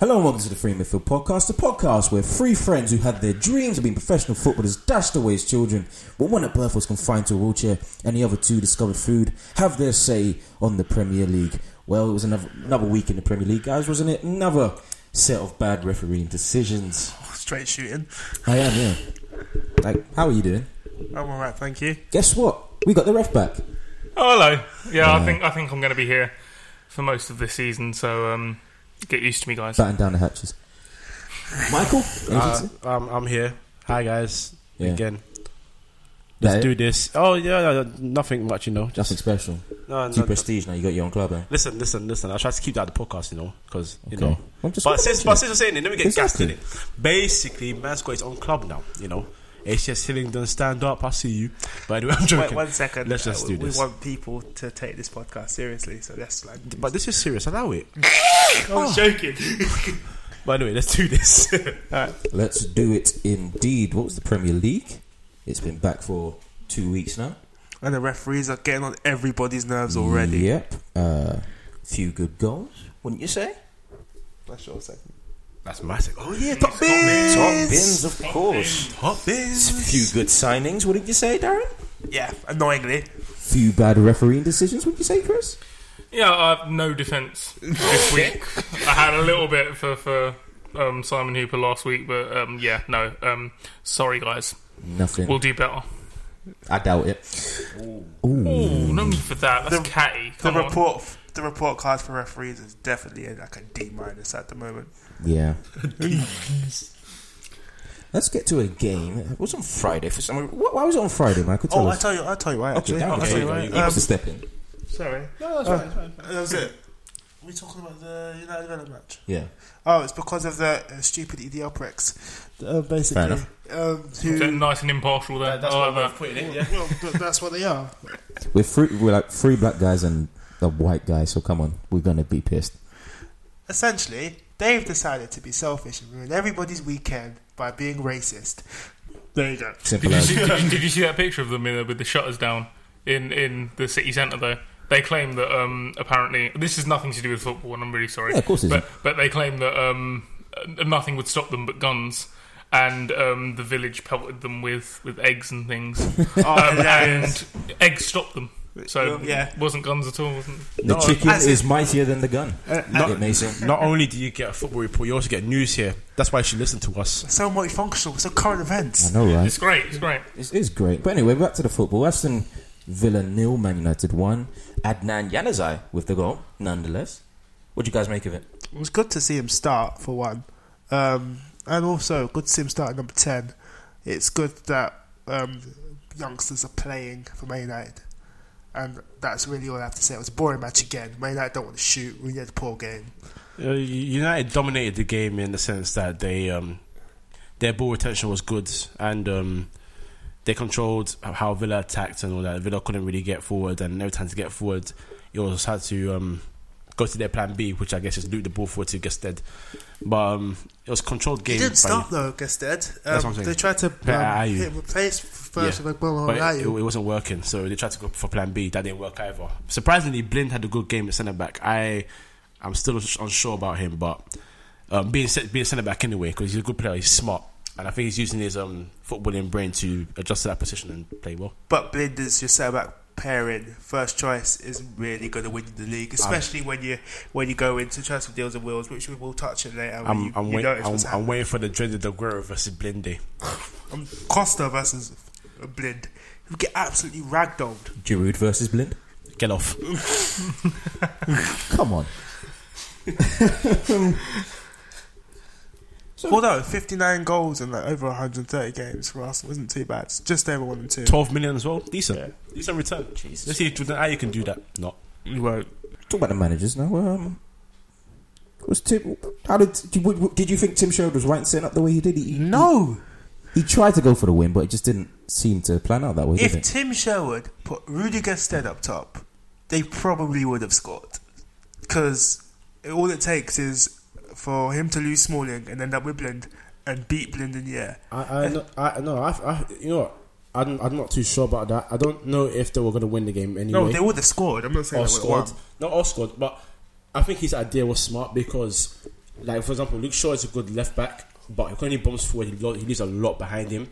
Hello and welcome to the Free Midfield Podcast, the podcast where three friends who had their dreams of being professional footballers dashed away as children, but one at birth was confined to a wheelchair, and the other two discovered food, have their say on the Premier League. Well, it was another another week in the Premier League, guys, wasn't it? Another set of bad refereeing decisions. Straight shooting. I am, yeah. Like, how are you doing? I'm alright, thank you. Guess what? We got the ref back. Oh, hello. Yeah, I think I think I'm going to be here for most of this season, so um, get used to me, guys. Batten down the hatches. Michael? anything to Uh, say? I'm, I'm here. Hi, guys. Yeah. Again. Yeah. Let's do this. Oh, yeah, no, no, nothing much, you know. Just, Nothing special. no, Too no, prestige now, you got your own club, eh? listen, listen, listen. I try to keep that at the podcast, you know, because, you Okay. know. I'm just but gonna since, mention but it. since we're saying it, let me get Exactly. gassed in it. Basically, man's got his own club now, you know. HS Hillingdon, stand up. I see you. By the way, I'm Wait joking. one second. Let's just Uh, do we this. want people to take this podcast seriously, so that's like. Mm. But this is serious. Allow it. I was joking. By the way, let's do this. Let's do it indeed. What was the Premier League? It's been back for two weeks now. And the referees are getting on everybody's nerves already. Yep. Uh, few good goals, wouldn't you say? That's your second. That's massive. Oh, yeah. Top bins! Top bins, of course. Top biz. Few good signings, wouldn't you say, Darren? Yeah, annoyingly. Few bad refereeing decisions, wouldn't you say, Chris? Yeah, I have no defence this week. I had a little bit for for um, Simon Hooper last week, but um, yeah, no. Um, sorry, guys. Nothing. We'll do better. I doubt it. Oh, no need for that. That's The- catty. Come the on. report, the report card for referees is definitely a, like a D minus at the moment. Yeah. Let's get to a game. It was on Friday for some. wh- Why was it on Friday, Michael? Tell Oh, I us. tell you, I tell you why. okay, Actually, Darren, I'll tell you okay. why. You Um, must have stepped in. sorry, No, that's fine. That's fine. that was it. We talking about the United Development match? Yeah. Oh, it's because of the uh, stupid EDL pricks. Uh, basically, Fair enough. Um, Is that who? nice and impartial there. Oh, That's I why like we're that. putting it, yeah. Well, th- that's what they are. We're three, we're like three black guys and a white guy. So come on, we're gonna be pissed. essentially, they've decided to be selfish and ruin everybody's weekend by being racist. There you go. Simple Did you, as. see, um, did, you, did you see that picture of them in there with the shutters down in, in the city centre though? They claim that um, apparently this is nothing to do with football, and I'm really sorry. Yeah, of course it but, isn't. but they claim that um, uh, nothing would stop them but guns, and um, the village pelted them with, with eggs and things, Oh, um, and eggs stopped them. So Yeah. it wasn't guns at all. Wasn't it? The No, chicken as in- Uh, is mightier than the gun. not- it, Mason. Not only do you get a football report, you also get news here. That's why you should listen to us. So multifunctional, so current I events. know, right? It's great. It's great. It is great. But anyway, back to the football. Aston Villa nil, Man United one. Adnan Yanazai with the goal, nonetheless. What do you guys make of it? It was good to see him start for one, um, and also good to see him start at number ten. It's good that um, youngsters are playing for Man United, and that's really all I have to say. It was a boring match again. Man United don't want to shoot. We need a poor game. Uh, United dominated the game in the sense that they um, their ball retention was good and um, they controlled how Villa attacked and all that. Villa couldn't really get forward, and no time to get forward. You also had to um, go to their plan B, which I guess is loot the ball forward to Gested. But um, it was controlled game. He didn't by- stop though, Gested. Um, what I'm saying. they tried to um, Yeah, Ayew. hit replace first Yeah. with Agbonlahun but it, Ayew. it wasn't working. So they tried to go for Plan B. That didn't work either. Surprisingly, Blind had a good game at centre back. I, I'm still unsure about him, but um, being cent- being centre back anyway because he's a good player. He's smart, and I think he's using his um footballing brain to adjust to that position and play well. But Blinders, your centre back pairing, first choice, isn't really going to win you the league, especially when you when you go into transfer deals and wheels, which we will touch on later. When I'm you, I'm, you wait- notice I'm, what's I'm happening. waiting for the dreaded Aguero versus Blinde. Um, Costa versus Blind, who get absolutely ragdolled. Giroud versus Blind? Get off. Come on. Although 59 goals in like over 130 games for us wasn't too bad. It's just over one and two. Twelve million as well. Decent. Decent return. Let's see if Jordan Ayew can do that. Not. You won't. Talk about the managers now. Um, was Tim? How did did- did you think Tim Sherwood was right in setting up the way he did? He, No. he tried to go for the win, but it just didn't seem to plan out that way, did If it? Tim Sherwood put Rudiger Stead up top, they probably would have scored. Because all it takes is for him to lose Smalling and end up with Blind and beat Blind in the air. I, I, no, I, no, I, I, you know, what? I'm, I'm not too sure about that. I don't know if they were going to win the game anyway. No, they would have scored. I'm not saying or they would have scored, won. not all scored, but I think his idea was smart because Like for example, Luke Shaw is a good left back, but when he bombs forward, he, lo- he leaves a lot behind him.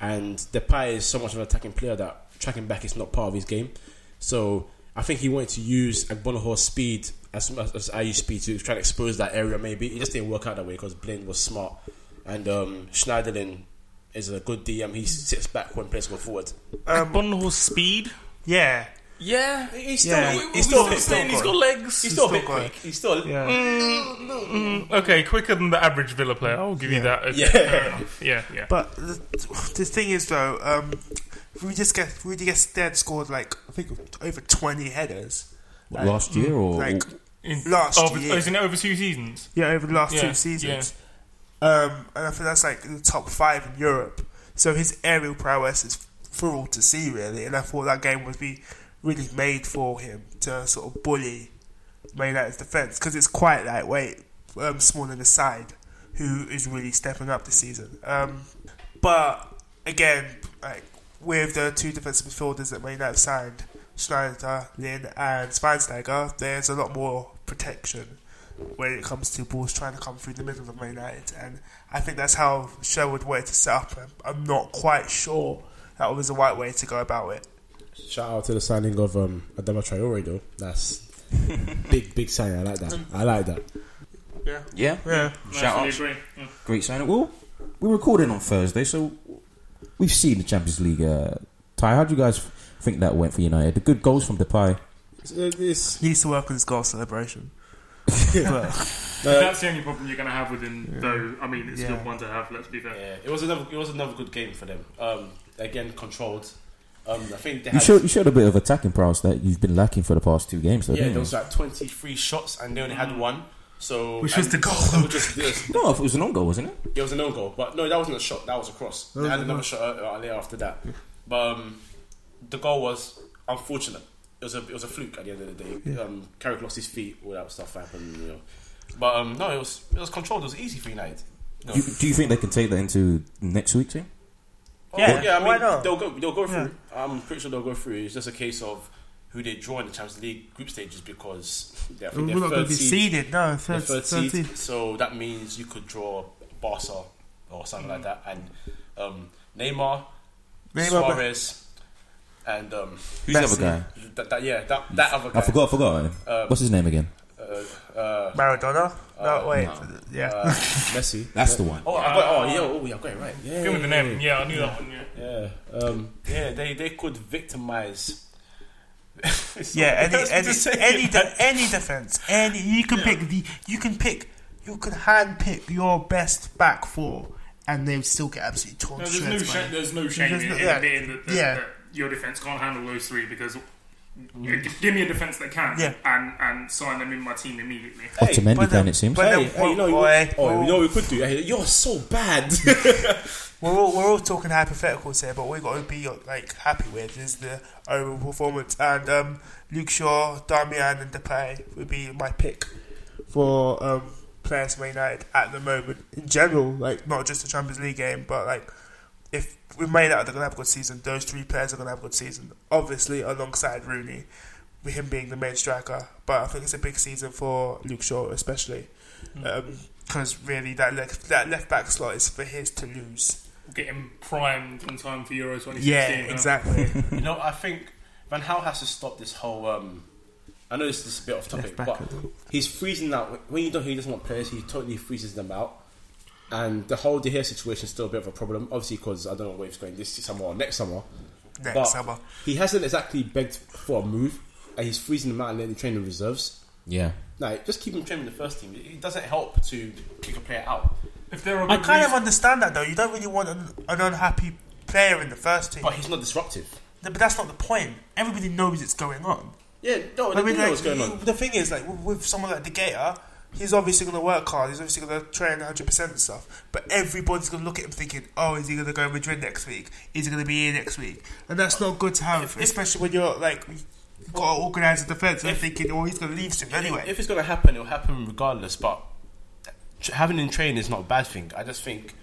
And Depay is so much of an attacking player that tracking back is not part of his game. So I think he wanted to use Agbonahor's speed as much as I use speed to try to expose that area. Maybe it just didn't work out that way because Blaine was smart, and um, Schneiderlin is a good DM. He sits back when players go forward. Um, Bonhorse speed. Yeah. Yeah, he's still, Yeah, we- he's we- still- we've been he's still saying he's got gone. legs. He's still a bit still gone. quick. He's still Yeah. Mm, okay, quicker than the average Villa player. I'll give you that. Okay, Yeah. fair enough. yeah, yeah. But the, the thing is, though, um, Rudy gets Rudy gets dead scored like I think over twenty headers. Like, Last year Oh. or like In- last over, year. oh, is it over two seasons? yeah, over the last Yeah, two seasons. Um, and I think that's like the top five in Europe. So his aerial prowess is for all to see, really. And I thought that game would be really made for him to sort of bully Man United's defense because it's quite lightweight, um, small in the side, who is really stepping up this season. Um, but again, like with the two defensive midfielders that Man United signed, Schneider, Lin, and Schweinsteiger, there's a lot more protection when it comes to balls trying to come through the middle of Man United, and I think that's how Sherwood wanted to set up. I'm- I'm not quite sure that was the right way to go about it. Shout out to the signing of um, Adama Traore though. That's big, big signing. I like that. I like that. Yeah, yeah, yeah. shout out, agree. Mm. great signing. Well, we're recording on Thursday, so we've seen the Champions League uh, tie. How do you guys think that went for United? The good goals from Depay. It's, it's, He used to work on his goal celebration. uh, That's the only problem you're going to have with him, though. I mean, it's a Yeah. good one to have. Let's be fair. Yeah, it was another. It was another good game for them. Um, again controlled. Um, I think they You had. showed, you showed a bit of attacking prowess that you've been lacking for the past two games, though. yeah, didn't there you? was like twenty three shots, and they only had one. So Which was and the goal. that was just this. No, it was an own goal, wasn't it? It was an own goal, but no, that wasn't a shot. That was a cross. They had another shot uh, later after that, but um, the goal was unfortunate. It was a it was a fluke at the end of the day. Um, Carrick lost his feet. All that stuff happened. You know. But um, no, it was it was controlled. It was easy for United. No. Do, do you think they can take that into next week's team? Oh, Yeah, yeah. I mean, why not? they'll go. They'll go through. I'm pretty sure they'll go through. It's just a case of who they draw in the Champions League group stages because they're, I think We're they're not going third to be seed. seeded. No, They're third, third third seed. seed. So that means you could draw Barca or something like that, and um, Neymar, Neymar, Suarez, and um, Who's the other guy? that, that yeah, that that other guy. I forgot, I forgot. Uh, What's his name again? Uh, uh, Maradona. No, Uh, wait. no. Yeah. uh, Messi. That's the one. oh, I got, oh, yeah, oh, yeah, I got it right. Yeah, Good with the name. Yeah, I knew that one. Yeah. yeah. Um, Yeah, they they could victimize. yeah. That's Any, what any, I'm saying. any, de- any defense. Any. You can pick the. You can pick. You can hand pick your best back four, and they still get absolutely torn No, to there's no, shreds. shame, man. there's no shame There's in no- in yeah. admitting that, that, Yeah. Mm. that your defense can't handle those three because g- give me a defense that can Yeah. and and sign them in my team immediately. Hey, Otamendi but then, the- it seems. but- hey, no, hey, you know, boy. You, oh, you know what we could do? Hey, you're so bad. We're all we're all talking hypotheticals here, but what we got to be like happy with is the overall performance. And um, Luke Shaw, Damian, and Depay would be my pick for um, players for Man United at the moment in general. Like not just the Champions League game, but like if we made out, they're gonna have a good season. Those three players are gonna have a good season, obviously alongside Rooney, with him being the main striker. But I think it's a big season for Luke Shaw, especially. because really, that left that left back slot is for his to lose. Get him primed in time for Euro 2016. Yeah, huh? exactly. You know, I think Van Gaal has to stop this whole. Um, I know this is a bit off topic, Left but back. he's freezing out. When you don't, he doesn't want players. He totally freezes them out, and the whole De Gea situation is still a bit of a problem. Obviously, because I don't know where he's going this summer or next summer. Next but summer. he hasn't exactly begged for a move, and he's freezing them out and letting them train the reserves. yeah. Like, just keep him training the first team. It doesn't help to kick a player out. If there are I kind of understand that though. You don't really want an, an unhappy player in the first team, But but, he's not disruptive. but that's not the point. Everybody knows it's going on. Yeah, no, they I mean, do know like, what's going you- on. The thing is, like with, with someone like De Gea, he's obviously going to work hard. He's obviously going to train 100 percent and stuff. But everybody's going to look at him thinking, "Oh, is he going to go to Madrid next week? Is he going to be here next week?" And that's not good to have, especially when you're like you've got to organise the defence. and If- thinking, "Oh, he's going to leave soon anyway." If it's going to happen, it'll happen regardless. But tr- having him train is not a bad thing. I just think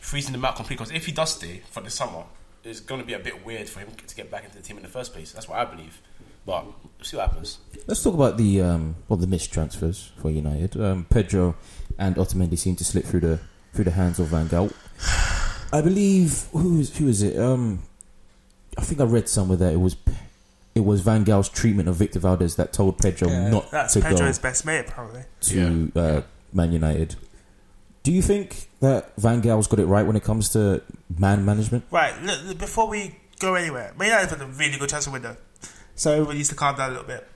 freezing him out completely because if he does stay for the summer, it's going to be a bit weird for him to get back into the team in the first place. That's what I believe. But we'll see what happens. Let's talk about the um, well, the missed transfers for United. Um, Pedro and Otamendi seem to slip through the through the hands of Van Gaal. I believe who is who is it? Um, I think I read somewhere that it was it was Van Gaal's treatment of Victor Valdez that told Pedro Yeah, not that's to go Pedro's best mate, apparently. to uh, Man United. Do you think that Van Gaal's got it right when it comes to man management? Right, look, look, before we go anywhere, Man United had a really good transfer window, so everybody needs to calm down a little bit.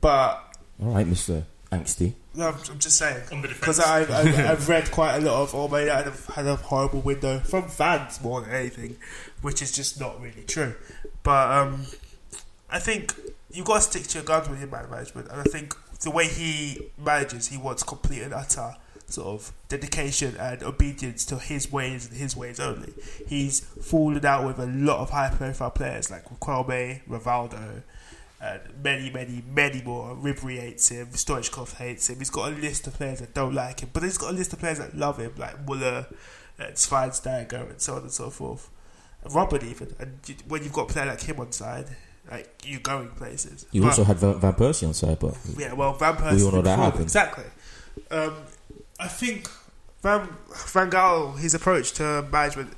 But All right, Mister Angsty. no, I'm, I'm just saying on the defense. because I've, I've, I've read quite a lot of oh Man United have had a horrible window from fans more than anything, which is just not really true. But um, I think you've got to stick to your guns with your man management, and I think the way he manages, he wants complete and utter sort of dedication and obedience to his ways and his ways only. He's fallen out with a lot of high profile players like Kwame, Rivaldo, and many, many, many more. Ribery hates him, Stoichkov hates him. He's got a list of players that don't like him, but he's got a list of players that love him, like Muller, and Schweinsteiger, and so on and so forth. And Robert even. And you, when you've got a player like him on side, like you're going places. You But- also had Van, Van Persie on side, but yeah, well, Van Persie. We all know that before- happened. Exactly. Um, I think Van Van Gaal, his approach to management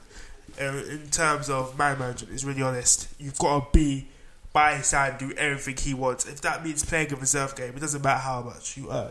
uh, in terms of man management is really honest. You've got to be by his side, do everything he wants. If that means playing a reserve game, it doesn't matter how much you earn.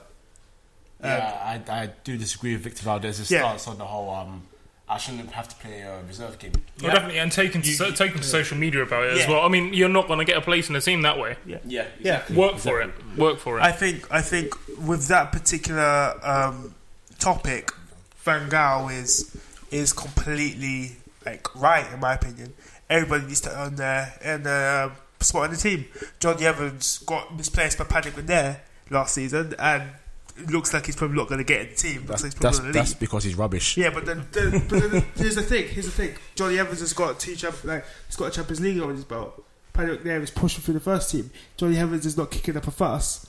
Um, Yeah, I, I do disagree with Victor Valdez's Yeah. stance on the whole. Um, I shouldn't have to play a reserve game. Well, definitely, and taken to, so, taken to social media about it as Yeah. well. I mean, you're not going to get a place in the team that way. Yeah, exactly. Well, Work for it. Work for it. I think I think with that particular um, topic, Van Gaal is is completely like right in my opinion. Everybody needs to earn their earn their um, spot in the team. Johnny Evans got misplaced by Paddy there last season, and it looks like he's probably not going to get in the team. That's, Looks like he's that's, probably gonna that's leave. because he's rubbish. Yeah, but then, then, but then here's the thing. Here's the thing. Johnny Evans has got two champ, like he's got a Champions League on his belt. Paddock there is pushing through the first team. Johnny Evans is not kicking up a fuss.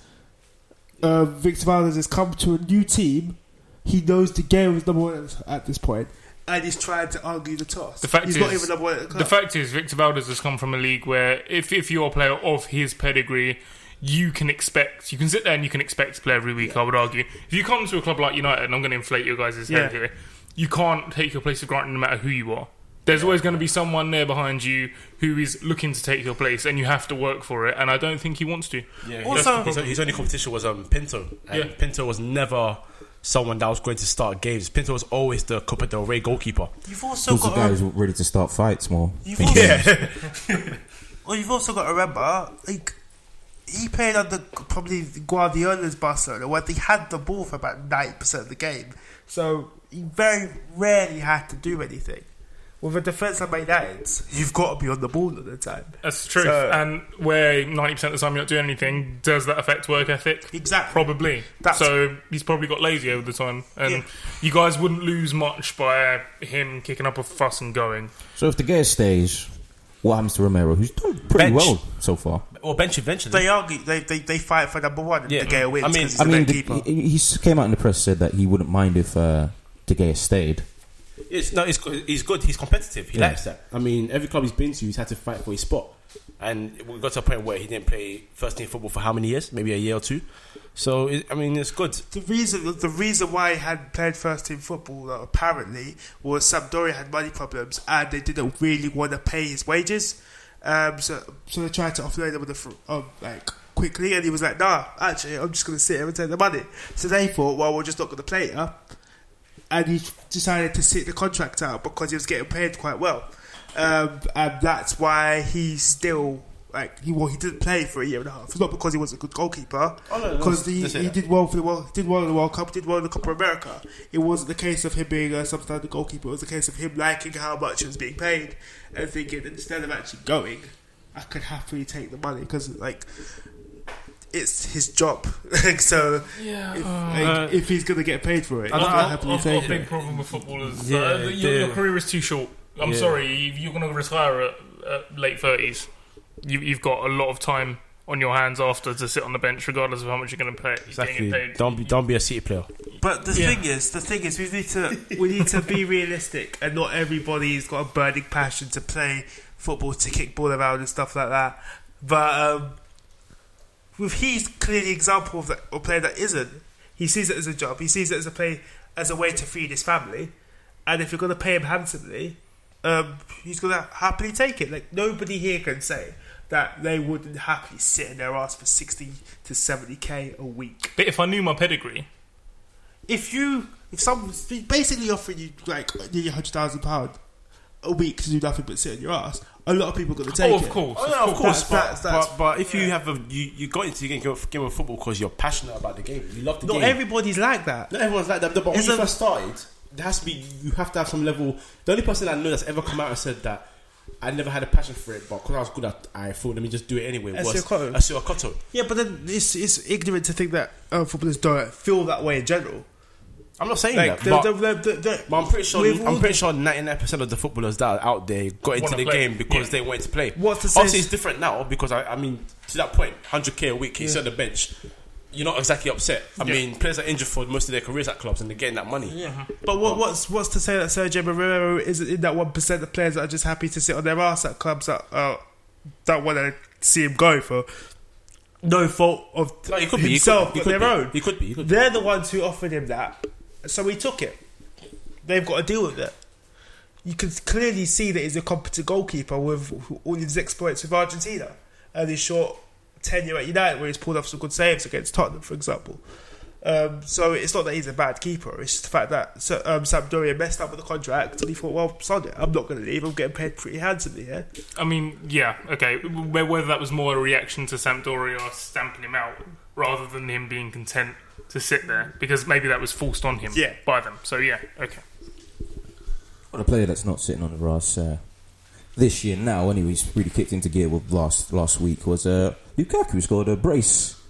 Uh, Victor Valdez has come to a new team. He knows the game is number one at this point, and he's trying to argue the toss. The fact he's is- not even number one. At the, club. The fact is, Victor Valdez has come from a league where if, if you're a player of his pedigree, you can expect, you can sit there and you can expect to play every week, I would argue. If you come to a club like United, and I'm going to inflate your guys' head Yeah. here, you can't take your place for granted no matter who you are. There's always going to be someone there behind you who is looking to take your place, and you have to work for it. And I don't think he wants to. yeah. Also- his, his only competition was um, Pinto. And Yeah. Pinto was never someone that was going to start games. Pinto was always the Copa del Rey goalkeeper. you've also those are got guys ready to start fights more. You've Thank also- you. Well, you've also got to remember, like, he played under probably Guardiola's Barcelona, where they had the ball for about 90% of the game. So he very rarely had to do anything. With a defence like Man United's, you've got to be on the ball at the time. That's the truth. So- and where 90% of the time you're not doing anything, does that affect work ethic? Exactly. Probably. That's- so he's probably got lazy over the time. And Yeah. you guys wouldn't lose much by him kicking up a fuss and going. So if the guy stays, what happens to Romero, who's done pretty Bench. well so far? Or bench eventually. They argue, they, they, they fight for number one, and Yeah. the Gea wins I mean- 'cause he's I the mean, better the, keeper. he, he s- came out in the press said that he wouldn't mind if uh, De Gea stayed. It's, no, it's, good- he's good. He's competitive. He Yeah. likes that. I mean, every club he's been to, he's had to fight for his spot. And we got to a point where he didn't play first team football for how many years? Maybe a year or two. So it, I mean, it's good. The reason the reason why he had played first team football though, apparently was Sampdoria had money problems and they didn't really want to pay his wages, um, so so they tried to offload him with the fr- um, like quickly and he was like, nah, actually I'm just gonna sit here and take the money. So they thought, well, we're just not gonna play it up, and he decided to sit the contract out because he was getting paid quite well, um, and that's why he still. Like he well, he didn't play for a year and a half. It's not because he was a good goalkeeper, Oh, no, no, because he, they say he that. did well for the world, did well in the World Cup, did well in the Copa America. It wasn't the case of him being a substandard goalkeeper. It was the case of him liking how much he was being paid and thinking instead of actually going, I could happily take the money because like it's his job. Like, so if, like, if he's gonna get paid for it, I I've, will I've, happily I've got take a it. big problem with footballers. Yeah, uh, your, yeah. your career is too short. I'm Yeah. sorry, you- you're going to retire at, at late 30s. You, you've got a lot of time on your hands after to sit on the bench, regardless of how much you're going to pay. Getting Exactly. paid. Don't be, don't be a city player. But the Yeah. thing is, the thing is, we need to we need to be realistic, and not everybody's got a burning passion to play football, to kick ball around and stuff like that. But um, with he's clearly an example of that a player that isn't. He sees it as a job. He sees it as a play as a way to feed his family. And if you're going to pay him handsomely, um, he's going to happily take it. Like nobody here can say that they wouldn't happily sit in their ass for sixty to seventy k a week But if I knew my pedigree, if you if someone basically offering you like nearly hundred thousand pound a week to do nothing but sit on your ass, a lot of people are going to take oh, it. of course. Oh, yeah, of course, That's- but, that's- that's- but, but if you have a you, you got into the game, of- game of football because you're passionate about the game, you love the Not game. everybody's like that. Not everyone's like that, but when It's you a- first started, there has to be you have to have some level. The only person I know that's ever come out and said that I never had a passion for it, but because I was good at, I thought let me just do it anyway. Ezio Was Cotto. Ezio Cotto. Yeah, but then it's it's ignorant to think that uh, footballers don't feel that way in general. I'm not saying Like that, they're, but, they're, they're, they're, they're- but I'm pretty sure We've all- I'm pretty sure 99 percent of the footballers that are out there got into Wanna the play. game because Yeah. they wanted to play. What's the sense- Obviously, it's different now because I, I mean to that point, 100k a week, he's on the bench. You're not exactly upset. I mean, players are injured for most of their careers at clubs, and they're getting that money. But what, what's what's to say that Sergio Romero isn't in that one percent of players that are just happy to sit on their ass at clubs that uh, that want to see him go for no fault of No, he could be. He himself could, he but could their be. own. He could be. He could be. They're the ones who offered him that, so he took it. They've got to deal with it. You can clearly see that he's a competent goalkeeper with all his exploits with Argentina and his short tenure at United, where he's pulled off some good saves against Tottenham, for example. Um, so it's not that he's a bad keeper; it's just the fact that so, um, Sampdoria messed up with the contract, and he thought, "Well, sod it, I'm not going to leave. I'm getting paid pretty handsomely here." I mean, yeah, okay. Wh- Whether that was more a reaction to Sampdoria stamping him out rather than him being content to sit there, because maybe that was forced on him Yeah. by them. So, yeah, okay. Well, a player that's not sitting on the grass uh, this year now, anyway, he's really kicked into gear with last last week was uh, Lukaku who scored a brace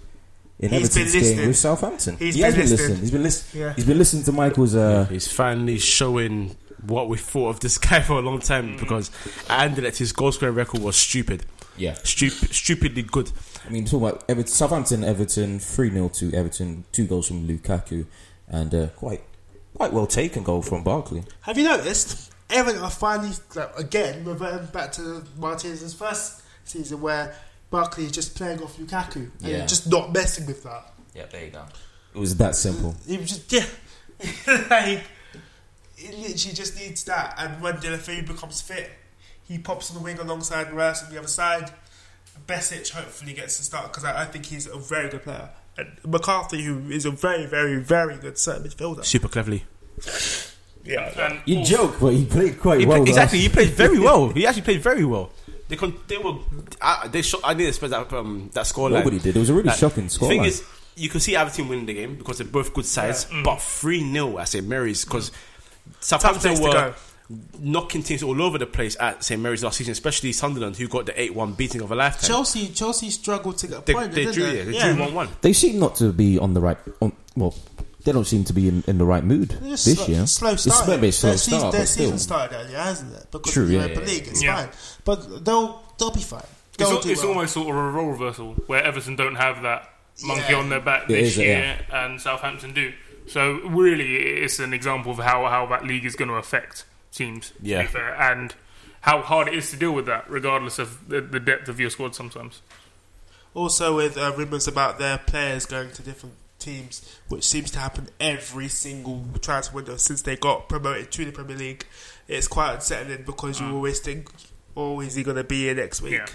in He's been Everton's game listening. with Southampton. He's he has been been listening. listening. He's been listening. Yeah. He's been listening to Michael's. Uh, He's finally showing what we thought of this guy for a long Mm. time because at Anderlecht, his goal scoring record was stupid. yeah, Stup- stupidly good. I mean, talking about Everton, Southampton, Everton, three 0 to Everton, two goals from Lukaku, and uh, quite quite well taken goal from Barkley. Have you noticed? Everton are finally like, again reverting back to Martinez's first season where Barkley is just playing off Lukaku and Yeah. just not messing with that. Yeah, there you go. It was that simple. He was just yeah, like it literally just needs that. And when Delafeu becomes fit, he pops on the wing alongside Rice on the other side. Besic hopefully gets to start because I, I think he's a very good player. And McCarthy, who is a very, very, very good centre midfielder. Super cleverly. Yeah, And You also- joke, but he played quite He well. played, last- exactly, he played very well. He actually played very well. They con- they were. I, they shot. I didn't expect that um, that scoreline. Nobody did. It was a really Like, shocking The thing scoreline. is, you could see Everton winning the game because they're both good sides, Mm. but three 0 at St Mary's because Southampton place to were go. knocking teams all over the place at St Mary's last season, especially Sunderland, who got the eight one beating of a lifetime. Chelsea, Chelsea struggled to get a They, point. they didn't drew they? yeah, they Yeah. drew one one. They seem not to be on the right. On, well, they don't seem to be in, in the right mood It's this slow, year. Slow It's start. a bit slow their season, start, their but season still. started earlier, hasn't it? Because True, of the yeah, Europa yeah, League, it's yeah. fine. But they'll they'll be fine. It's, They'll al- do it's well. almost sort of a role reversal where Everton don't have that monkey Yeah. on their back It this is, year, and Southampton do. So really, it's an example of how how that league is going to affect teams. to be Yeah. fair, and how hard it is to deal with that, regardless of the, the depth of your squad. Sometimes Also, with uh, rumours about their players going to different teams, which seems to happen every single transfer window since they got promoted to the Premier League, it's quite unsettling because you always think, "Oh, is he going to be here next week?" Mm.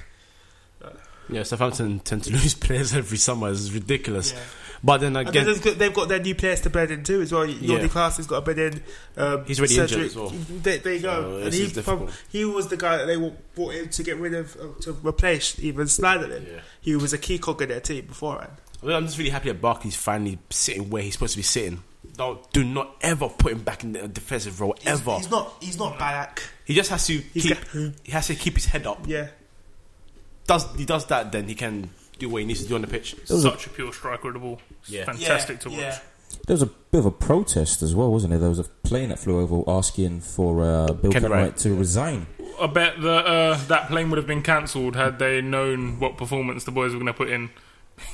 Yeah. Yeah, Southampton tend to lose players every summer. It's ridiculous. Yeah. But then And then again, there's got- they've got their new players to bed in too as well. Jordi Yeah. Class has got a bed in. Um, He's already Cedric- injured as well. There, there you So go. and this he, is prob- difficult. he was the guy that they wa- brought in to get rid of, uh, to replace even Snyderlin. Yeah. He was a key cog in their team beforehand. well, I'm just really happy that Barkley's finally sitting where he's supposed to be sitting. Don't, do not ever put him back in the defensive role He's, ever. he's not. He's not Balak. he just has to He's keep. got- he has to keep his head up. Yeah. Does he does that? Then he can do what he needs to do on the pitch. such a pure striker of the ball. It's Yeah. fantastic to watch. Yeah. There was a bit of a protest as well, wasn't there? There was a plane that flew over asking for uh, Bill Ken Kenwright Wright. to resign. I bet that uh, that plane would have been cancelled had they known what performance the boys were going to put in.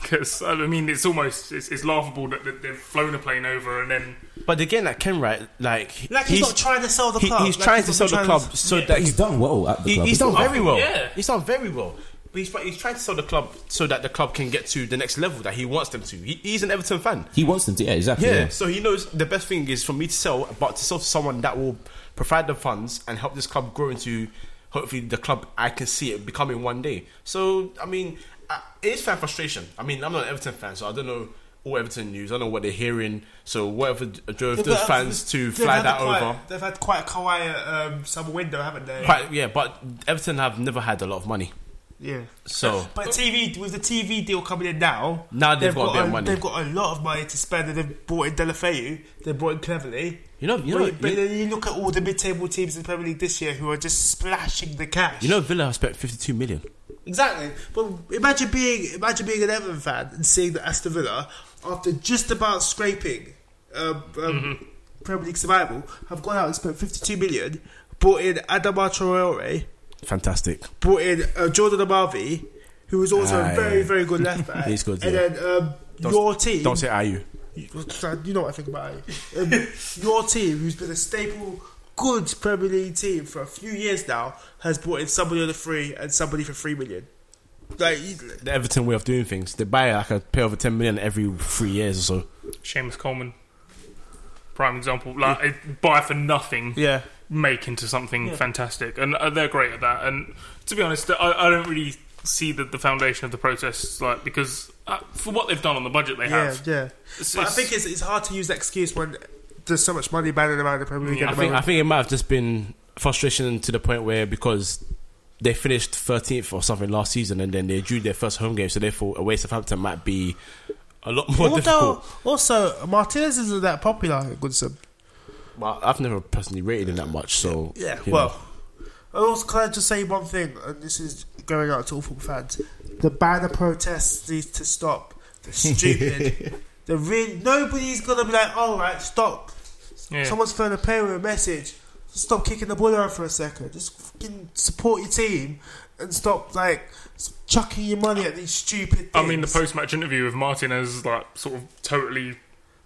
Because I mean, it's almost it's, it's laughable that, that they've flown a plane over and then But again, like Kenwright, like Like he's, not trying to sell the he- club. he's Like trying to not sell the trying club so But that he's done well at the he, club. he's done very well. yeah. He's done very well. he's, he's trying to sell the club so that the club can get to the next level that he wants them to. He, he's an Everton fan. He wants them to. Yeah, exactly. Yeah, Yeah. so he knows the best thing is for me to sell, but to sell to someone that will provide the funds and help this club grow into hopefully the club I can see it becoming one day. So, I mean, I- it is fan frustration. I mean, I'm not an Everton fan, so I don't know all Everton news. I don't know what they're hearing. So, whatever drove those fans to uh, They've fly had that quite- over. They've had quite a quiet um, summer window, haven't they? Quite, yeah, but Everton have never had a lot of money. Yeah. So, But TV with the TV deal coming in now, Now they've got a bit of money. They've got a lot of money to spend, and they've brought in Delafeu. They brought in Cleverly. you know, you But- know, but you, then you look at all the mid-table teams in the Premier League this year who are just splashing the cash. you know Villa have spent 52 million. exactly. But imagine being imagine being an Everton fan and seeing that Aston Villa, after just about scraping um, um, Mm-hmm. Premier League survival, have gone out and spent fifty-two million, brought in Adama Traore, Fantastic. brought in uh, Jordan Amavi, who was also Ah, a very, yeah. very good left back. He's good, And yeah. then um, your team, Don't say IU. you know what I think about it. Um, your team, who's been a staple, good Premier League team for a few years now, has brought in somebody on a free and somebody for three million. Like, you- the Everton way of doing things. They buy like a pay over ten million every three years or so. Seamus Coleman, prime example. Like it- buy for nothing, yeah, make into something fantastic, and uh, they're great at that. And to be honest, I, I don't really see the, the foundation of the protests, like because uh, for what they've done on the budget they yeah, have. yeah. It's- But I it's- think it's, it's hard to use that excuse when there's so much money bandied around the Premier League. Yeah, at I the think I moment. think it might have just been frustration to the point where because they finished thirteenth or something last season and then they drew their first home game, so therefore away Southampton might be a lot more Although, difficult. also Martinez isn't that popular at Goodison. Well, I've never personally rated him that much, so Yeah, you know. well, I also can I just say one thing, and this is going out to all football fans: the banner protests needs to stop. They're stupid. They're really nobody's gonna be like, all right, stop. yeah. Someone's throwing a player with a message. Stop kicking the ball around for a second. Just fucking support your team and stop like chucking your money at these stupid. Things. I mean, the post-match interview with Martinez like sort of totally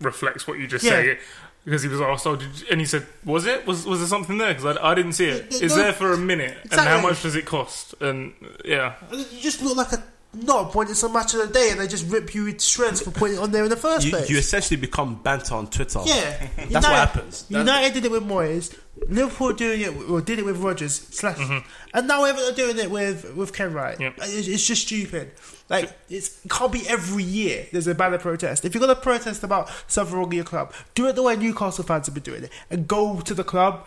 reflects what you just Yeah. say because he was asked, "Oh," did you-" and he said, "Was it? Was was there something there? Because I, I didn't see it. Yeah, It's no- there for a minute, and Exactly. how much does it cost?" And uh, yeah, you just look like a knob when it's a match of the day, and they just rip you into shreds for putting it on there in the first you, place. you essentially become banter on Twitter. Yeah, that's what happens. That's- United did it with Moyes. Liverpool doing it or did it with Rodgers. Slash, Mm-hmm. and now Everton are doing it with with Ken Wright. Yep. It's, it's just stupid. Like it's, it can't be every year. There's a banner protest. If you're gonna protest about something wrong in your club, do it the way Newcastle fans have been doing it, and go to the club.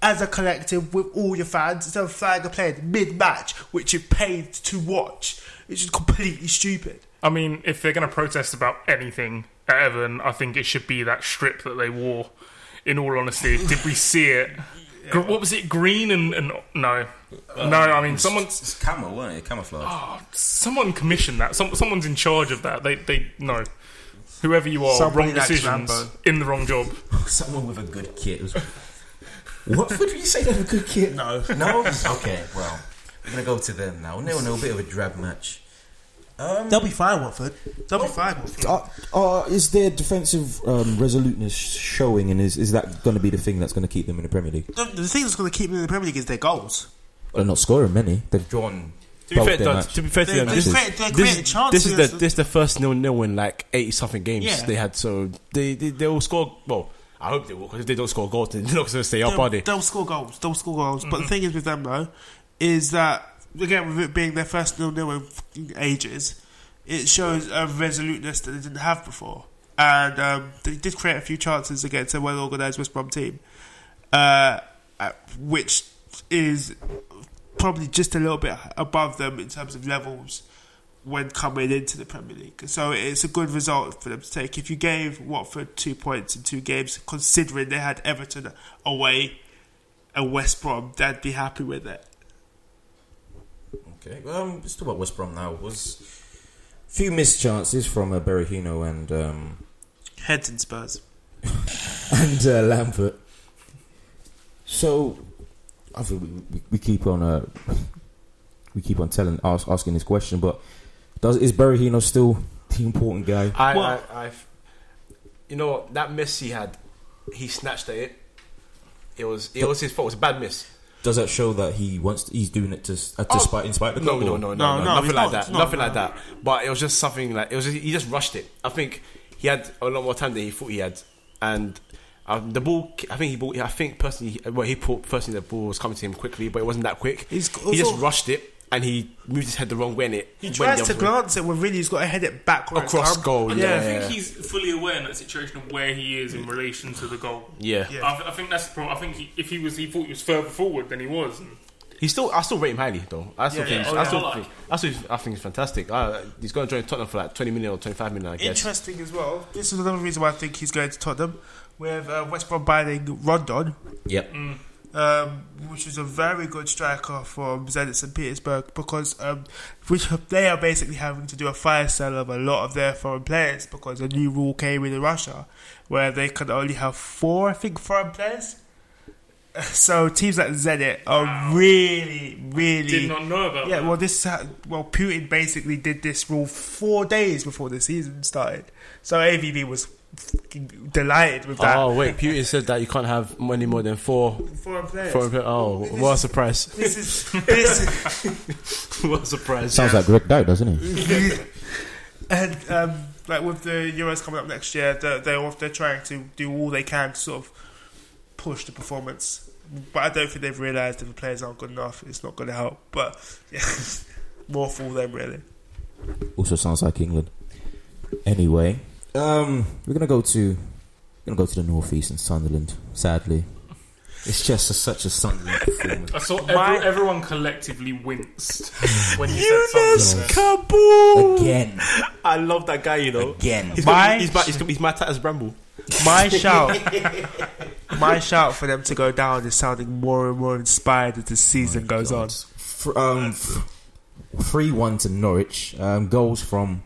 As a collective, with all your fans, instead of flying a plane mid-match, which you paid to watch, it's just completely stupid. I mean, if they're going to protest about anything at Everton, I think it should be that strip that they wore. In all honesty, did we see it? Gr- what was it? Green and, and no, no. I mean, someone It's camel, wasn't it? Camouflage. someone commissioned that. Some, someone's in charge of that. They they no. Whoever you are, Somebody wrong likes decisions Rambo. in the wrong job. Someone with a good kit. Was... what would you say they have a good kit? No. No? okay, well, we're going to go to them now. Nil nil, bit of a drab match. They'll be fine, Watford. They'll be fine, Watford. Are, are, Uh, is their defensive um, resoluteness showing, and is, is that going to be the thing that's going to keep them in the Premier League? The, the thing that's going to keep them in the Premier League is their goals. Well, they're not scoring many. They've Drawn. To be, Both fair, their though- match. to be fair to They- them, they this, is- create- they this, create is- chances. this is the this is the first nil nil in like eighty something games Yeah. they had. So they, they they will score. Well, I hope they will because if they don't score goals, then they're not going to stay up, they'll, are Mm-hmm. they? they'll score goals. They'll score goals. But the thing is with them though, is that again with it being their first nil nil in fucking ages, it shows a resoluteness that they didn't have before. And um, they did create a few chances against a well organised West Brom team, uh, uh, which is probably just a little bit above them in terms of levels when coming into the Premier League. So it's a good result for them to take. If you gave Watford two points in two games, considering they had Everton away and West Brom, they'd be happy with it. Okay, well, um, let's talk about West Brom now. Was few missed chances from uh, Berahino and um, Heads and Spurs. and uh, Lampert. So, I think we, we, we keep on uh, we keep on telling ask, asking this question, but does is Berahino still the important guy? I, Well- I, I, you know what? That miss he had, he snatched at it. It was it was his fault. It was a bad miss. does that show that he wants? To, he's doing it to, s- uh, to spite, in spite of the Oh. No, club. no, or- no, no, No, no, no, nothing he's like not, that, he's not. nothing like that. But it was just something like it was. Just, he just rushed it. I think he had a lot more time than he thought he had, and um, the ball. I think he bought. I think personally, well, he thought personally the ball was coming to him quickly, but it wasn't that quick. He's he just also- rushed it and he moved his head the wrong way, and it He went tries the to other way. glance it when really he's got to head it backwards. across Um, goal. I Yeah, don't think he's fully aware in that situation of where he is in relation to the goal. yeah. Yeah. I, th- I think that's the problem. I think he, if he was, he thought he was further forward than he was. And He's still. I still rate him highly, though. I still Yeah, think. yeah. Oh, I yeah. still I like think. I still. I think he's fantastic. Uh, he's going to join Tottenham for like twenty million or twenty-five million, I guess. Interesting as well. This is another reason why I think he's going to Tottenham with uh, West Brom buying Rondon, Yep. um, which is a very good striker from Zenit St Petersburg because um, which they are basically having to do a fire sale of a lot of their foreign players because a new rule came in Russia where they can only have four, I think, foreign players. So teams like Zenit are really, really did not know about. yeah, that. well, this ha- well Putin basically did this rule four days before the season started, so AVB was fucking delighted with that. Oh wait, Putin said that you can't have any more than four. Foreign players. four oh, what a surprise! This is this, what a surprise! Sounds like Greg Dyke, doesn't he? is- and um, like with the Euros coming up next year, they're they're, they're trying to do all they can to sort of push the performance. But I don't think they've realised if the players aren't good enough, it's not going to help. But yeah, more for them really. Also sounds like England. Anyway, um, we're gonna go to we're gonna go to the northeast and Sunderland. Sadly, it's just a, such a Sunderland performance. I saw every, everyone collectively winced when you said Yes, something. Kaboom! Again, I love that guy, you know. again. He's, gonna, My- he's, my, he's, gonna, he's my Titus Bramble. My shout, my shout for them to go down is sounding more and more inspired as the season goes on. Fr- um, three one to Norwich. Um, goals from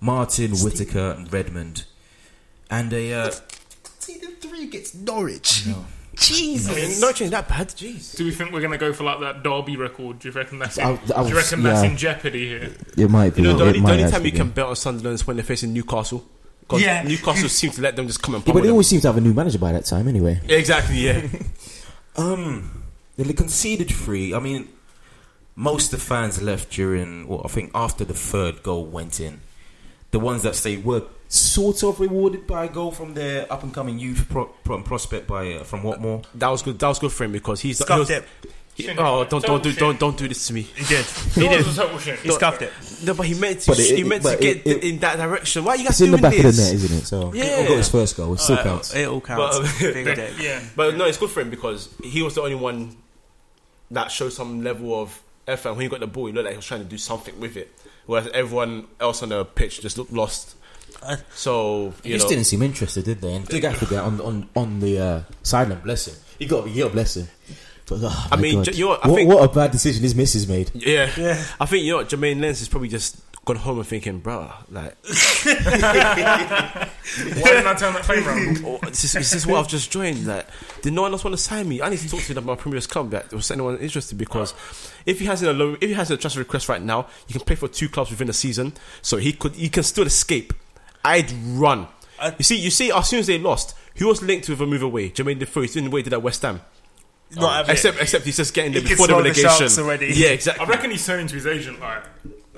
Martin Whitaker and Redmond, and a uh, I mean, not change that bad, jeez. Do we think we're going to go for like that Derby record? Do you reckon that's? I- in, I do was- you reckon that's yeah. in jeopardy here? it might be. You know, the it only, the might only time actually you can be. bet on Sunderland is when they're facing Newcastle. 'Cause Yeah. Newcastle seem to let them just come and Yeah, pummel but they them. always seem to have a new manager by that time, anyway. Yeah, exactly, yeah. Um, they conceded three. I mean, most of the fans left during, well, I think after the third goal went in. The ones that stayed were sort of rewarded by a goal from their up and coming youth pro- pro- prospect by uh, from Watmore. that was good. That was good for him because he's. he was- Scuffed it. he- oh, don't don't do don't don't do this to me. He did. He did. Was a total shame. He scuffed it. No, but he meant to. But it- he meant to but get it- it- in that direction. Why are you It's guys in the doing back of this? the net, isn't it? So Yeah. he got his first goal. It still counts. It all counts. But- Big dick. Yeah. But no, it's good for him because he was the only one that showed some level of effort. When he got the ball, he looked like he was trying to do something with it, whereas everyone else on the pitch just looked lost. So You you know, just didn't seem interested, did they? And Big Africa on on on the uh, sideline, bless him. He got he got bless him. But, oh, I my mean, God. ju- you know what, I what, think- what a bad decision his missus made. yeah. I think you know what, Jermaine Lenz is probably just gone home and thinking, bro, like Why didn't I turn that play around? oh, this is, is this what I've just joined? Like, did no one else want to sign me? I need to talk to them about my previous club. That was anyone interested? Because if he has a loan, if he has a transfer request right now, he can play for two clubs within the season, so he could he can still escape. I'd run. you see, you see, as soon as they lost, who was linked with a move away? Jermaine Defoe. He's doing away to that West Ham. Uh, Not having Except, except he's just getting there can before the smell the relegation. sharks already. Yeah, exactly. I reckon he's saying to his agent like,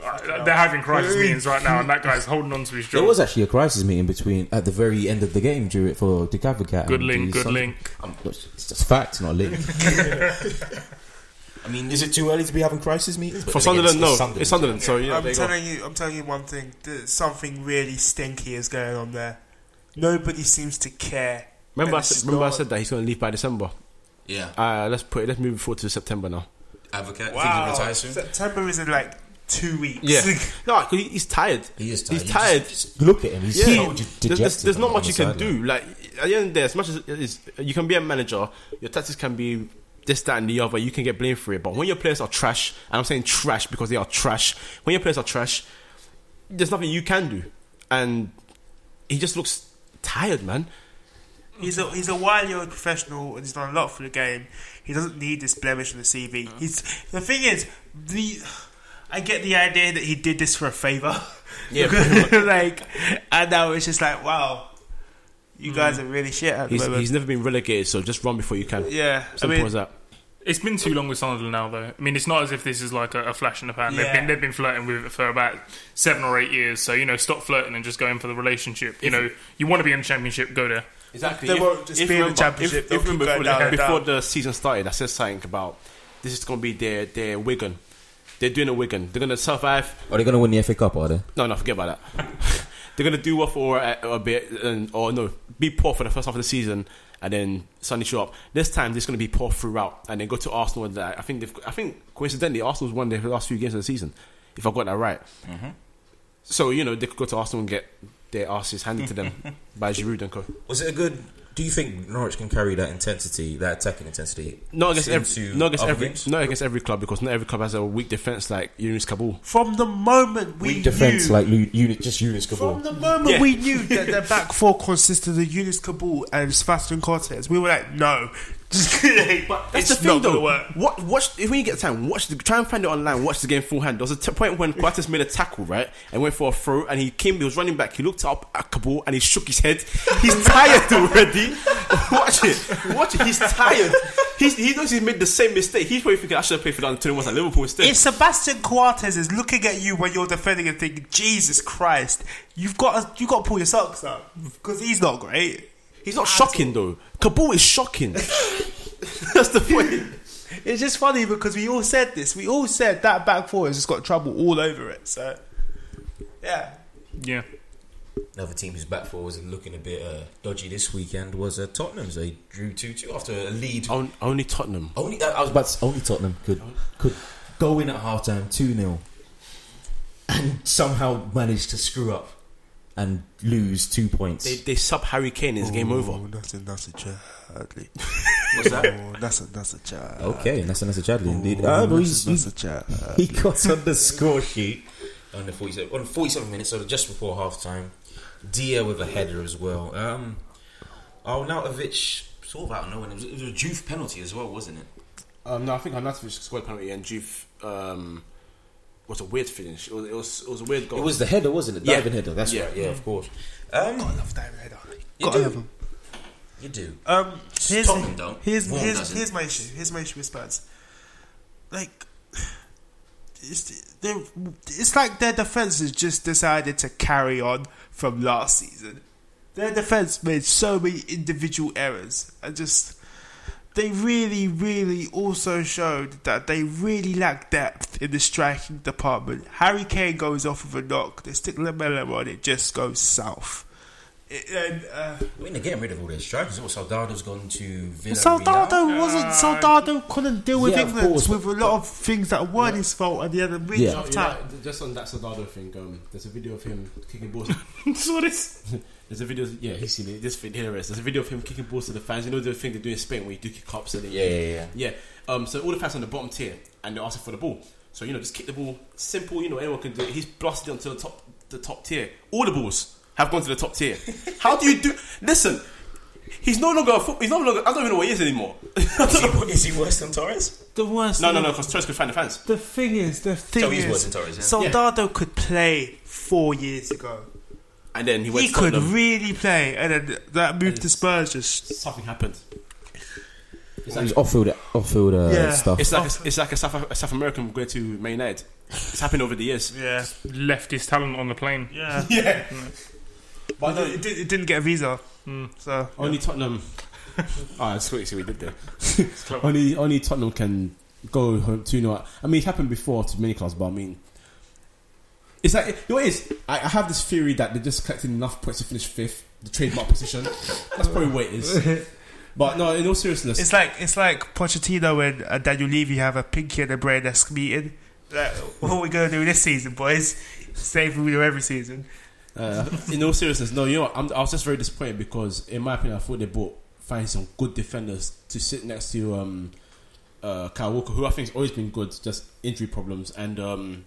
like, they're having crisis meetings right now, and that guy's holding on to his There job. was actually a crisis meeting between at the very end of the game during for Dick Advocate. good and link, the good Sun- link. Um, it's just fact, not link. I mean, is it too early to be having crisis meetings? for Sunderland, no, it's Sunderland. So yeah, I'm there you go. telling you, I'm telling you one thing. There's something really stinky is going on there. Nobody seems to care. Remember, I And this said, is remember I not- said that he's going to leave by December. Yeah, Uh, let's put it. Let's move it forward to September now. advocate. Wow. Think he retire soon. September is in like two weeks. Yeah, no, 'cause he- he's tired. He is He's tired. Look at him. He's Yeah. so There's- dejected There's, there's, not on much the you can sideline. do. Like at the end of the day, as much as it is, you can be a manager, your tactics can be this, that, and the other. You can get blamed for it. But when your players are trash, and I'm saying trash because they are trash, when your players are trash, there's nothing you can do. And he just looks tired, man. He's a he's a wily old professional and he's done a lot for the game. He doesn't need this blemish on the CV. He's the thing is the I get the idea that he did this for a favor. Yeah, like and now it's just like wow, Mm. you guys are really shit at the He's, moment. he's never been relegated, so just run before you can. yeah, I Simple mean as that. It's been too long with Sunderland now, though. I mean, it's not as if this is like a, a flash in the pan. They've Yeah. been they've been flirting with it for about seven or eight years. So you know, stop flirting and just go in for the relationship. You know, you want to be in the championship, go there. Exactly. They won't just be in the remember- championship, they'll keep remember going before, down the, and before down. the season started, I said something about this is going to be their their Wigan. They're doing a Wigan. They're going to survive. Are they going to win the FA Cup? Are they? No, no, forget about that. They're going to do well for a, a bit, and, or no, be poor for the first half of the season, and then suddenly show up. This time, they're going to be poor throughout, and then go to Arsenal. And that I think they've, I think coincidentally, Arsenal's won their last few games of the season, if I got that right. So you know they could go to Arsenal and get their asses handed to them by Giroud and co. Was it a good? Do you think Norwich can carry that intensity, that attacking intensity? Not against every, into not against other every, games? not against every club because not every club has a weak defense like Yunus Kabul. From the moment we Weak defense, knew, like lu- unit, just units from Kabul. the moment Yeah. we knew that their back four consisted of Eunice Kabul and Sebastian Cortez, we were like, no, just but That's it's the not thing, gonna though. work. What, watch if we get time, watch the, try and find it online. Watch the game full hand. There was a t- point when Quartas made a tackle, right, and went for a throw, and he came. He was running back. He looked up at Kabul and he shook his head. He's tired already. watch it, watch it. He's tired. He's, he knows he's made the same mistake. He's probably thinking I should have played for the under twenty ones at Liverpool instead. If Sebastian Cortez is looking at you when you're defending and thinking, Jesus Christ, you've got to, you got to pull your socks up because he's not great. He's not shocking though. Kabul is shocking. That's the point. It's just funny because we all said this. We all said that back four has just got trouble all over it. So, yeah. Yeah, Another team who's back four was looking a bit uh, dodgy this weekend was uh, Tottenham's. They drew two two after a lead. On- Only Tottenham. Only I was about But only Tottenham could could go in at halftime two 0 and somehow manage to screw up and lose two points. They, they sub Harry Kane. It's game over. Nothing, that's a joke. what's that? that's a that's a joke. okay, and that's another Chadley indeed. Ah, Um, but he's- he's- he got on the score sheet. on the 47, on 47 minutes, so just before half time. Dia with a header as well. Um, Arnautovic sort of out of nowhere. It was, it was a Juve penalty as well, wasn't it? Um, no, I think Arnautovic scored a penalty and Juve um, was a weird finish. It was, it was, it was a weird goal. It was the header, wasn't it? Yeah. Diving header. That's Yeah. right. Yeah, Mm. of course. Um, love David Header. You Gotta do. love him. you do. Um, here's, Tottenham don't. here's, Vaughan here's, doesn't. here's my issue. Here's my issue with Spurs. Like, it's, they're- it's like their defense has just decided to carry on from last season. Their defense made so many individual errors. and just, they really, really also showed that they really lack depth in the striking department. Harry Kane goes off with a knock. They stick Lamella on. It just goes south. It, and, uh, I mean, they're getting rid of all their strikers. Oh, Saldado's gone to Villa. Soldado wasn't. Soldado couldn't deal with Yeah, of England course, with a lot of things that weren't his fault and he had a really Yeah. tough You know, time. just on that Soldado thing, um, there's a video of him kicking balls. so this there's a video, yeah, he's seen it. This video here it is. There's a video of him kicking balls to the fans. You know the thing they do in Spain where you do kick ups and then Yeah, yeah, yeah. yeah. Um, so all the fans on the bottom tier and they're asking for the ball. So you know, just kick the ball. Simple, you know, anyone can do it. He's blasted it onto the top, the top tier. All the balls have gone to the top tier. How do you do? Listen, he's no longer a foot. He's no longer. I don't even know what he is anymore. Is he, is he worse than Torres? The worst. no, no, no. Because Torres could find the fans. The thing is, the thing So he's worse than is, Torres. Yeah? Soldado could play four years ago. And then he went. He to could Tottenham. really play, and then that move to Spurs just. Something happened. It's off-field, off-field uh, Yeah. stuff. It's like a, it's like a South, a South American going to Man United. It's happened over the years. Yeah, left his talent on the plane. yeah. Yeah, But it, did, it didn't get a visa, Hmm, so only Tottenham. Ah, that's what you see we did there. only only Tottenham can go home two 0 I mean, it's happened before to many clubs, but I mean, it's like you know what it is. I, I have this theory that they're just collecting enough points to finish fifth, the trademark position. That's probably what it is. But no, in all seriousness, it's like it's like Pochettino and uh, Daniel Levy have a pinky and a brain esque meeting. Like, what are we gonna do this season, boys? Same thing we do every season. Uh, in all seriousness, no, you know, what, I'm, I was just very disappointed because, in my opinion, I thought they bought find some good defenders to sit next to um, uh, Kyle Walker, who I think has always been good, just injury problems, and um,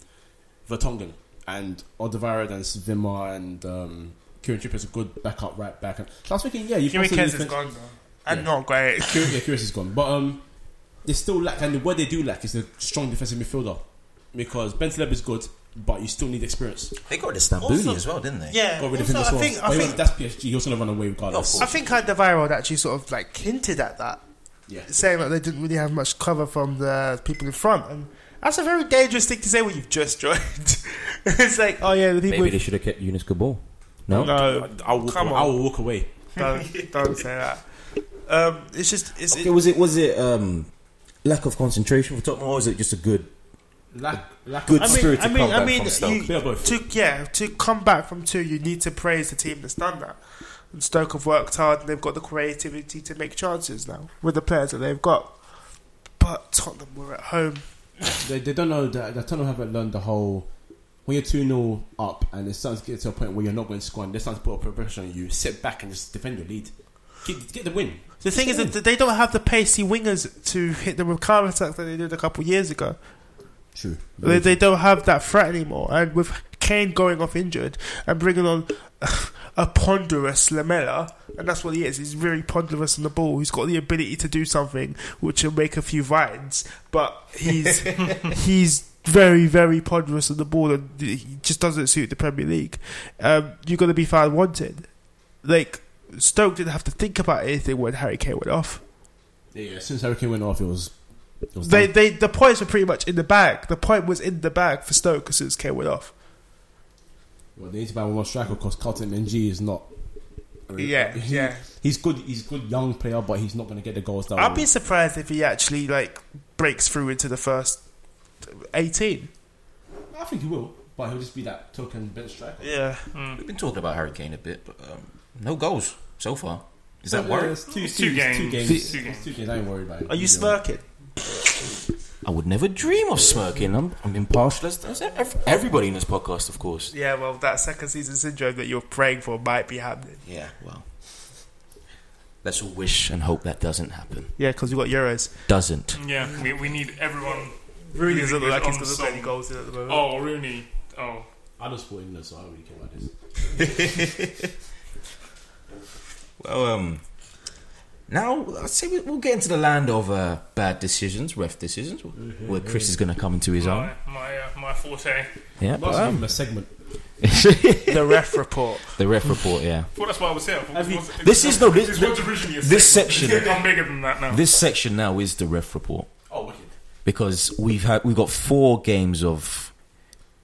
Vertonghen and Odevara and Svima and um, Kieran Trippier is a good backup right back. And so I was thinking, yeah, you Jimmy possibly Kez is defend- gone though. And Yeah. not great. Kieran, yeah, Kieran is gone, but um, they still lack, and what they do lack is a strong defensive midfielder because Bentaleb is good, but you still need experience. They got rid of Also- Stambouli as well, didn't they? Yeah. Got rid of him as I well. think But I he- think that's PSG. He was going to run away regardless. Of I think Clyde Viral actually sort of like hinted at that. Yeah. saying that they didn't really have much cover from the people in front. And that's a very dangerous thing to say when you've just joined. it's like, oh yeah, the people. Maybe they should have kept Eunice Gabor. No, no, I will Come on. I will walk away. don't, don't say that. Um, it's just it's Okay, was it was it um, lack of concentration for Tottenham, or was it just a good Lack, lack good I mean, spirit I to mean, come I back mean, from Stoke? you, Bit of both. to yeah, to come back from two, you need to praise the team that's done that. And Stoke have worked hard and they've got the creativity to make chances now with the players that they've got. But Tottenham were at home. They, they don't know that. They don't haven't learned the whole. When you're 2 0 up and it's starting to get to a point where you're not going to score and they're starting to put a pressure on you, sit back and just defend your lead. Get, get the win. The thing is that they don't have the pacey wingers to hit the counter attack that they did a couple of years ago. True. They, they don't have that threat anymore. And with Kane going off injured and bringing on a ponderous Lamella, and that's what he is. He's very ponderous on the ball. He's got the ability to do something, which will make a few vines. But he's he's very very ponderous on the ball, and he just doesn't suit the Premier League. Um, you're going to be found wanted. Like Stoke didn't have to think about anything when Harry Kane went off. Yeah, since Hurricane went off, it was. It was They, done. they, the points were pretty much in the bag. The point was in the bag for Stoke as soon as Kane went off. Well, they need to buy one more striker because Carlton NG is not. Yeah, He- yeah. He's good. He's a good young player, but he's not going to get the goals that. I'd we- be surprised if he actually like breaks through into the first eighteen. I think he will, but he'll just be that token bench striker. Yeah, We've been talking about Hurricane a bit, but um, no goals so far. Is that Yeah, worry? it's two, It's two games, Two games, games. two games. It's two games. I ain't worried about it. are you He's young. smirking? I would never dream of smirking. I'm, I'm impartial. As, as ev- everybody in this podcast, of course. Yeah, well, that second season syndrome that you're praying for might be happening. Yeah, well. Let's all wish and hope that doesn't happen. Yeah, because we got Euros. Doesn't. Yeah, we, we need everyone. Rooney doesn't Rooney look like was he's going to on put any song. goals in at the moment. Oh, Rooney. Oh, I don't support England, so I don't really care about this. Well, um, now I'd say we, we'll get into the land of uh, bad decisions, ref decisions, where Chris is going to come into his own. my my, uh, my forte. Yeah, Must but, give um, him a segment. the ref report. the ref report. Yeah, Well, that's why I was here. I thought it was- it this was- is no it this, was originally a this segment. section. I'm bigger than that now. This section now is the ref report Oh, wicked. because we've had we've got four games of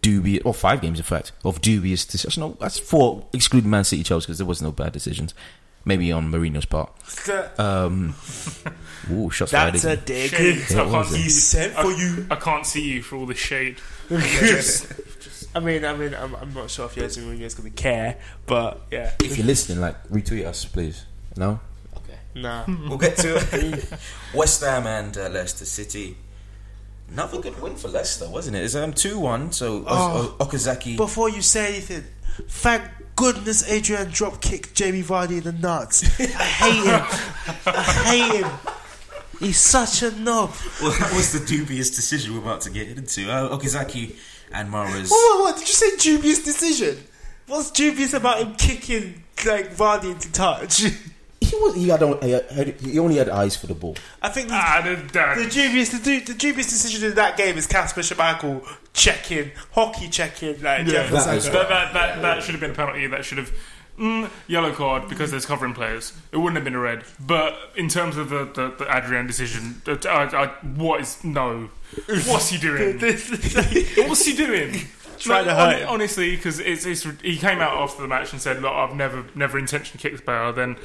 dubious or five games in fact of dubious decisions. No, that's four excluding Man City Chelsea because there was no bad decisions. Maybe on Mourinho's part. Um, ooh, shots fired. That's a again. dig. Shade. What I can't was it? see He you. sent for you. I can't see you for all the shade. I mean, I mean, I'm, I'm not sure if Jose Mourinho is going to care, but yeah, If you're listening, like retweet us, please. No. Okay. nah. We'll get to West Ham and uh, Leicester City. Another good win for Leicester, wasn't it? It's um two one. So Oh. o- O- Okazaki. Before you say anything, thank goodness Adrian drop kicked Jamie Vardy in the nuts. I hate him. I hate him. He's such a knob. well, that was the dubious decision we're about to get into. Uh, Okazaki and Mara's. What, what, what? Did you say dubious decision? What's dubious about him kicking like Vardy into touch? He was he had on- he had- he only had eyes for the ball. I think the, Ah, the, the the, dubious the, du- the dubious decision in that game is Casper Schmeichel checking hockey checking like Jeff that Saka. is- that, that, that, that should have been a penalty. That should have. Mm, yellow card because there's covering players. It wouldn't have been a red. But in terms of the, the, the Adrian decision, uh, I, I, what is. No. What's he doing? What's he doing? Trying to Like, hurt him. Honestly, because it's, it's he came out after the match and said, "Look, I've never never intentionally kicked the player." Then,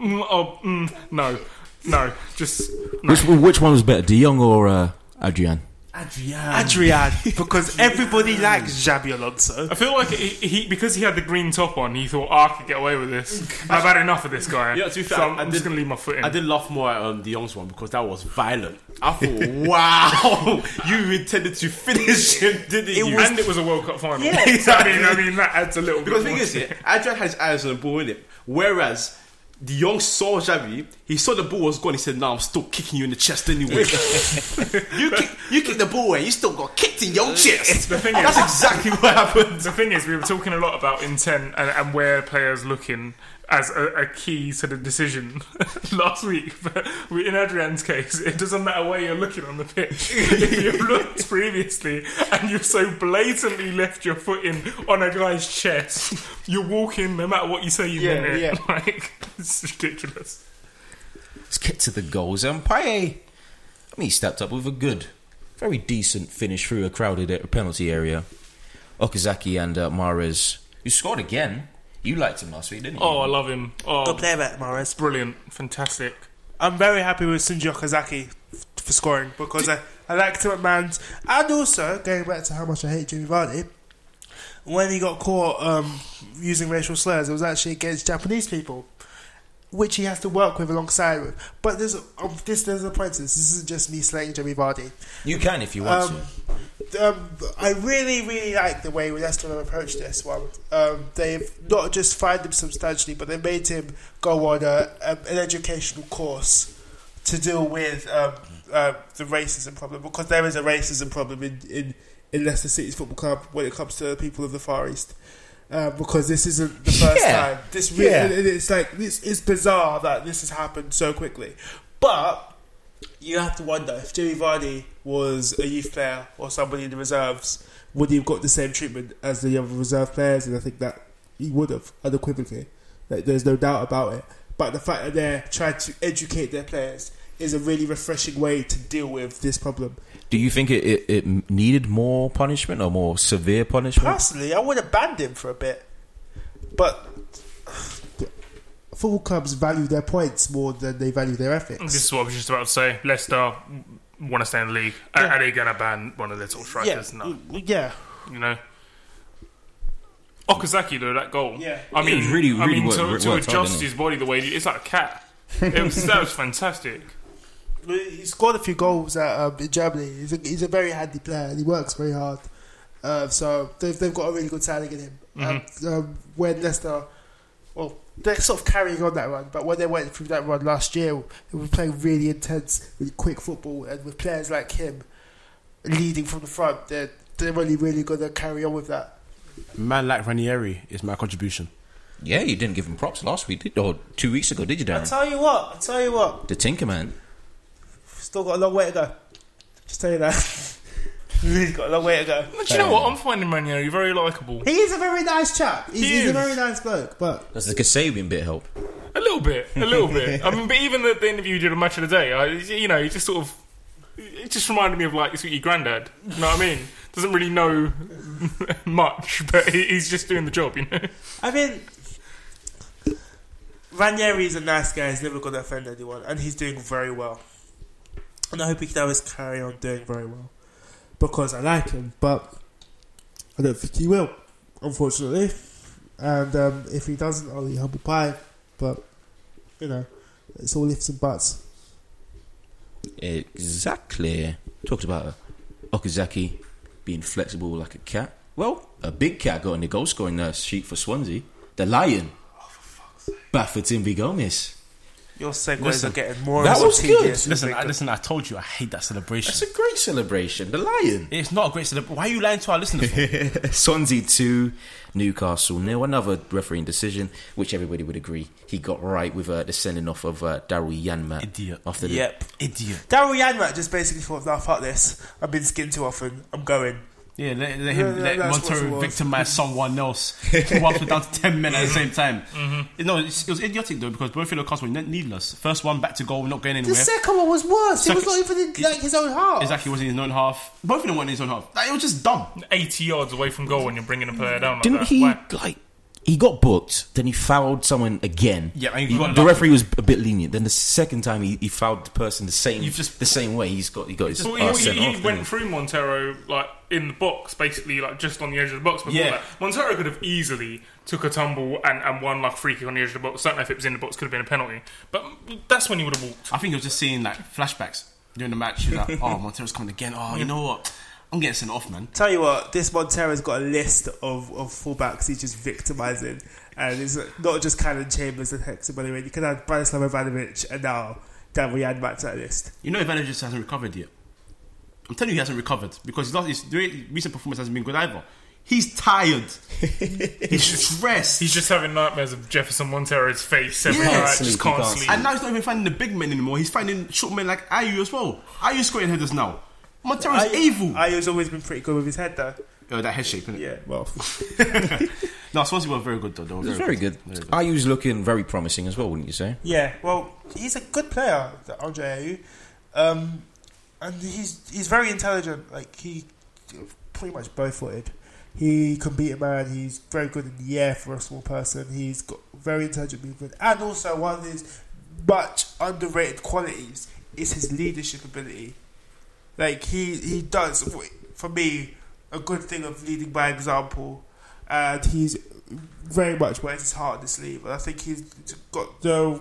mm, oh mm, no, no, just no. Which, which one was better, De Jong or uh, Adrian? Adrian. Adrian because everybody likes Xabi Alonso. I feel like he, he because he had the green top on, he thought "Ah, I could get away with this. I've had enough of this guy. Yeah, to be fair, so I'm, I I'm just did- gonna leave my foot in. I did laugh more at um, De Jong's one because that was violent. I thought, wow, you intended to finish him, didn't you? and it was a World Cup final. Yeah, So, I mean, I exactly. mean that adds a little bit. Because the thing More is, to it. yeah, Adrian had his eyes on the ball, innit? Whereas the young saw Xavi, he saw the ball was gone, he said, No, I'm still kicking you in the chest anyway. you, kick, you kick the ball away, you still got kicked in your chest. The thing That's is- exactly what happened. The thing is, we were talking a lot about intent and, and where players looking as a, a key to the decision last week. But we, in Adrian's case, it doesn't matter where you're looking on the pitch. if you've looked previously and you've so blatantly left your foot in on a guy's chest, you're walking no matter what you say you Yeah, meant it. yeah. Like, it's ridiculous. Let's get to the goals. And Paye, I mean, he stepped up with a good, very decent finish through a crowded a- penalty area. Okazaki and uh, Mares, who scored again. You liked him last week, didn't you? Oh, I love him. Good Oh, player, Matt Morris. brilliant, fantastic. I'm very happy with Sunji Okazaki f- for scoring because I, I liked him at Mans. And also, going back to how much I hate Jimmy Vardy, when he got caught um, using racial slurs, it was actually against Japanese people, which he has to work with alongside with. But there's, um, this, there's a point to this. This isn't just me slating Jimmy Vardy. You can if you want Um, to. um, I really, really like the way Leicester have approached this one. Um, they've not just fined him substantially, but they made him go on a, um, an educational course to deal with um, uh, the racism problem because there is a racism problem in, in, in Leicester City's football club when it comes to the people of the Far East. Uh, because this isn't the first Yeah. time. This really, Yeah. and it's like this is bizarre that this has happened so quickly. But you have to wonder if Jimmy Vardy was a youth player or somebody in the reserves, would he have got the same treatment as the other reserve players? And I think that he would have, unequivocally. Like, there's no doubt about it. But the fact that they're trying to educate their players is a really refreshing way to deal with this problem. Do you think it, it, it needed more punishment or more severe punishment? Personally, I would have banned him for a bit. But football clubs value their points more than they value their ethics. This is what I was just about to say. Leicester want to stay in the league. Are- Are they going to ban one of their top yeah, strikers? No, yeah. you know. Okazaki though, that goal. Yeah. I mean, was really, I really mean, worked- to, worked to hard, adjust didn't he? his body the way he- it's like a cat. It was that was fantastic. He scored a few goals at, um, in Germany. He's a, he's a very handy player and he works very hard. Uh, so they've, they've got a really good signing in him. And, um, when Leicester, well, they're sort of carrying on that run, but when they went through that run last year, they were playing really intense, really quick football, and with players like him leading from the front, they're, they're only really going to carry on with that. Man like Ranieri is my contribution. Yeah, you didn't give him props last week, did, or two weeks ago, did you, I Darren? tell you what, I tell you what, the Tinkerman. still got a long way to go. Just tell you that. really got a long way to go. Do you know what? I'm finding Ranieri very likable. He is a very nice chap. He's, He he's a is. very nice bloke, but Does the Kasabian bit help? A little bit, a little bit. I mean, but even the, the interview you did on Match of the Day, I, you know, it just sort of, it just reminded me of like your granddad. You know what I mean? Doesn't really know much, but he, he's just doing the job, you know. I mean, Ranieri is a nice guy. He's never going to offend anyone, and he's doing very well. And I hope he can always carry on doing very well because I like him, but I don't think he will, unfortunately. And um, if he doesn't, I'll eat humble pie. But you know, it's all ifs and buts. Exactly. Talked about uh, Okazaki being flexible like a cat. Well, a big cat got in the goal scoring uh, sheet for Swansea. The Lion. Baffertin V. Gomez. Your segues Listen, are getting more. that and more was good. tedious. Listen, I, listen, I told you I hate that celebration. That's a great celebration. The Lion. It's not a great celebration. Why are you lying to our listeners? for? Swansea 2, Newcastle nil. Another refereeing decision, which everybody would agree he got right with uh, the sending off of uh, Daryl Yanmat. Idiot. After the, Yep. Idiot. Daryl Yanmat just basically thought, nah, fuck this. I've been skinned too often. I'm going. Yeah, let, let Yeah, him yeah, let that's what it Montero was. victimize someone else who was down to ten men at the same time. No, it's, it was idiotic though because both of the costs were ne- needless. First one back to goal, not going The anywhere. second one was worse. It was not Second- even in like his own half. Exactly, wasn't in his own half. Both of them weren't in his own half. Like, it was just dumb. 80 yards away from goal, and you're bringing a player down. Like Didn't that. he Why? like? He got booked. Then he fouled someone again. Yeah, and he He- got the lucky. referee was a bit lenient. Then the second time he, he fouled the person the same You've just- the same way. He's got he got his Well, ass he, Oh, sent he, off, he didn't went he? through Montero like in the box, basically like just on the edge of the box. Before Yeah. that, Montero could have easily took a tumble and, and one like free kick on the edge of the box. I don't know if it was in the box, could have been a penalty, but that's when he would have walked. I think he was just seeing like flashbacks during the match. He was like, "Oh, Montero's coming again. Oh, you know what? I'm getting sent off, man." Tell you what, this Montero's got a list of, of fullbacks he's just victimising. And it's not just Cannon Chambers and Hexer, by the way. You can add Branislav Ivanovic and now Dan Ryan back to that list. You know, Ivanovic just hasn't recovered yet. I'm telling you, he hasn't recovered because his, last, his re- recent performance hasn't been good either. He's tired. He's stressed. He's just having nightmares of Jefferson Montero's face every Yeah. night. Can't just sleep, can't, he can't sleep. And now he's not even finding the big men anymore. He's finding short men like Ayu as well. Ayu's scoring headers now. Montero's evil. Ayo's always been pretty good with his head, though. oh, that head shape, innit? Yeah, well. No, Swansea were very good though. They were It was very good. Ayu's looking very promising as well, wouldn't you say? Yeah, well, he's a good player, that Andre Ayew, um, and he's he's very intelligent. Like he, pretty much bow footed. He can beat a man. He's very good in the air for a small person. He's got very intelligent movement, and also one of his much underrated qualities is his leadership ability. Like he he does for me a good thing of leading by example, and he's very much wears his heart on his sleeve. And I think he's got the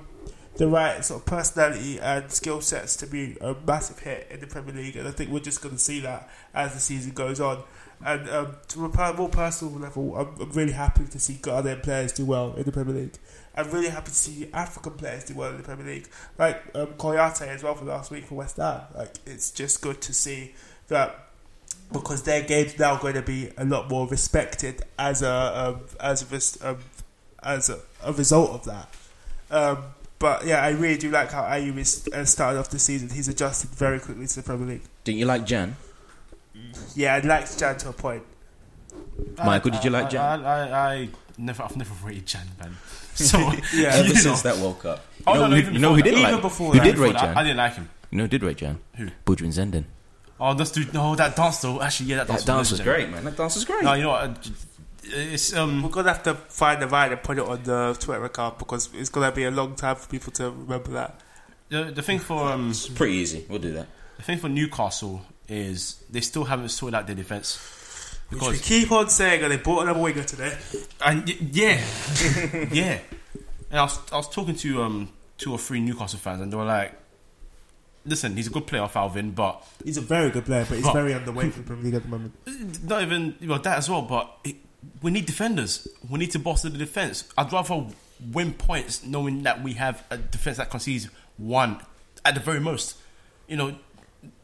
the right sort of personality and skill sets to be a massive hit in the Premier League, and I think we're just going to see that as the season goes on. And um, to a per- more personal level, I'm, I'm really happy to see Ghanaian players do well in the Premier League. I'm really happy to see African players do well in the Premier League, like um, Koyate as well for last week for West Ham. Like it's just good to see that because their game's now going to be a lot more respected as a um, as a res- um, as a, a result of that. Um, but yeah, I really do like how Ayu is uh, started off the season. He's adjusted very quickly to the Premier League. Didn't you like Jan? Yeah, I liked Jan to a point. Uh, Michael, did you like Jan? I, I, I never, I've never rated Jan, man. So Yeah. you Ever know. since that World Cup. Oh, you know, no, no, who- even you know who before did that. like? Even before who that. did Before rate that, Jan? I didn't like him. you know who did rate Jan? Who? Budrin Zenden. Oh, that's dude. No, that dance though. Actually, yeah, that dance, That dance was legendary. great, man. That dance was great. No, you know what? uh, It's um. We're gonna have to find the right and put it on the Twitter account because it's gonna be a long time for people to remember that. The, the thing for um, It's pretty easy. We'll do that. the thing for Newcastle is they still haven't sorted out their defense Which we because keep on saying, and they bought another winger today. and y- yeah, yeah. And I was I was talking to um two or three Newcastle fans and they were like, "Listen, he's a good player, Falvin, but He's a very good player, but he's Well- very underweight for the Premier League at the moment. not even well that as well. But it, we need defenders. We need to bolster the defense. I'd rather win points knowing that we have a defense that concedes one at the very most. You know,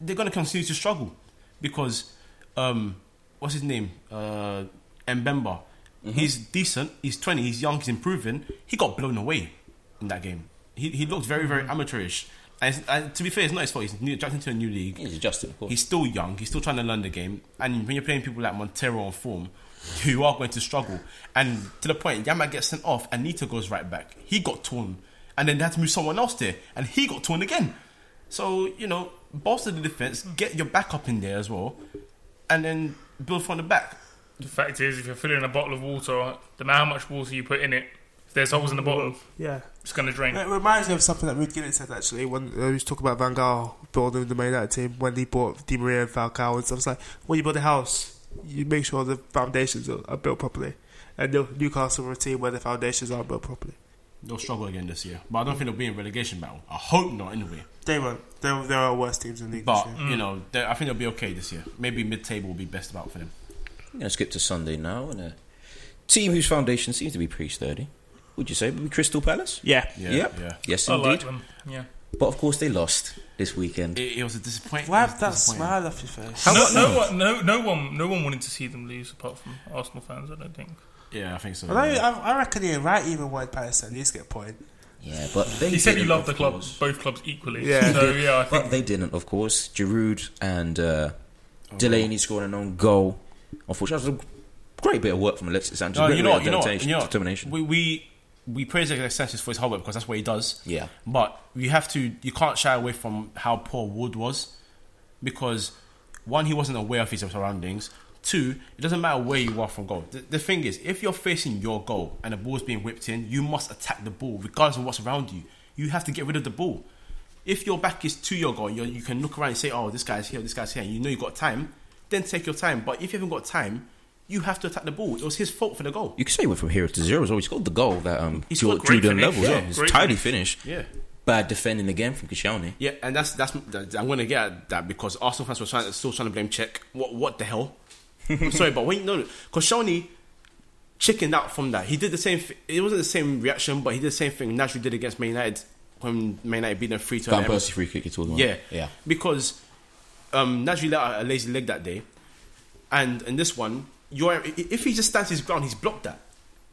they're going to continue to struggle because um, what's his name? Uh, Mbemba. He's decent. He's twenty. He's young. He's improving. He got blown away in that game. He he looked very very amateurish. And, it's- and to be fair, it's not his fault. He's new, jumped into a new league. He's adjusted, of course. He's still young. He's still trying to learn the game. And when you're playing people like Montero on form, you are going to struggle. And to the point, Yama gets sent off, and Nita goes right back. He got torn, and then they had to move someone else there, and he got torn again. So you know, bolster the defense, get your backup in there as well, and then build from the back. The fact is, if you're filling a bottle of water, no matter how much water you put in it, if there's holes in the bottle, Yeah. it's going to drain. It reminds me of something that Rude Gillet said actually when uh, he was talking about Van Gaal building the Man United team when he bought Di Maria and Falcao and stuff. It's like when you build a house, you make sure the foundations are, are built properly. And New- Newcastle were a team where the foundations aren't built properly. They'll struggle again this year, but I don't think they'll be in relegation battle. I hope not, anyway. They won't. There there are worse teams in the league. But this year. you know, they- I think they'll be okay this year. Maybe mid-table will be best about for them. I'm going to skip to Sunday now, and a team whose foundation seems to be pretty sturdy. Would you say would be Crystal Palace? yeah, Yeah, Yep. yeah. Yes, I like indeed. them. Yeah. But of course, they lost this weekend. It, it was a disappointment. wipe that smile off your face. How No, about no, them? one, no, no one, no one wanted to see them lose apart from Arsenal fans. I don't think. Yeah, I think so. Although I, I reckon you're right, even white Palace at least get a point. Yeah, but they He said you didn't, love the of club, course. both clubs equally. Yeah. So yeah, I think But they didn't, of course. Giroud and uh, Delaney scored an own goal. Unfortunately, that was a great bit of work from Alexis Sanchez. No, Great you bit know, of you know, determination- you know, determination. We we we praise Alexis Sanchez for his hard work because that's what he does. Yeah. But you have to, you can't shy away from how poor Wood was, because one, he wasn't aware of his surroundings. Two, it doesn't matter where you are from goal. The, the thing is, if you're facing your goal and the ball's being whipped in, you must attack the ball regardless of what's around you. You have to get rid of the ball. If your back is to your goal, you're, you can look around and say, "Oh, this guy's here, this guy's here." And you know you have got time. Then take your time. But if you haven't got time, you have to attack the ball. It was his fault for the goal. You could say he went from hero to zero as well. He scored the goal that um, He scored a great Jordan finish, levels. yeah, Yeah, it's great tidy finish. Yeah. Bad defending again from Kishani. Yeah, and that's that's that, I'm gonna get at that because Arsenal fans were trying, still trying to blame Czech. What what the hell? I'm sorry, but when you know, Koscielny chickened out from that. He did the same. thi- It wasn't the same reaction, but he did the same thing Naturally did against Man United when Man United beat them three to Van Persie free kick. It's all the one. Yeah, yeah. Because um, Najee let out a lazy leg that day, and in this one, you're, i- if he just stands his ground, he's blocked that.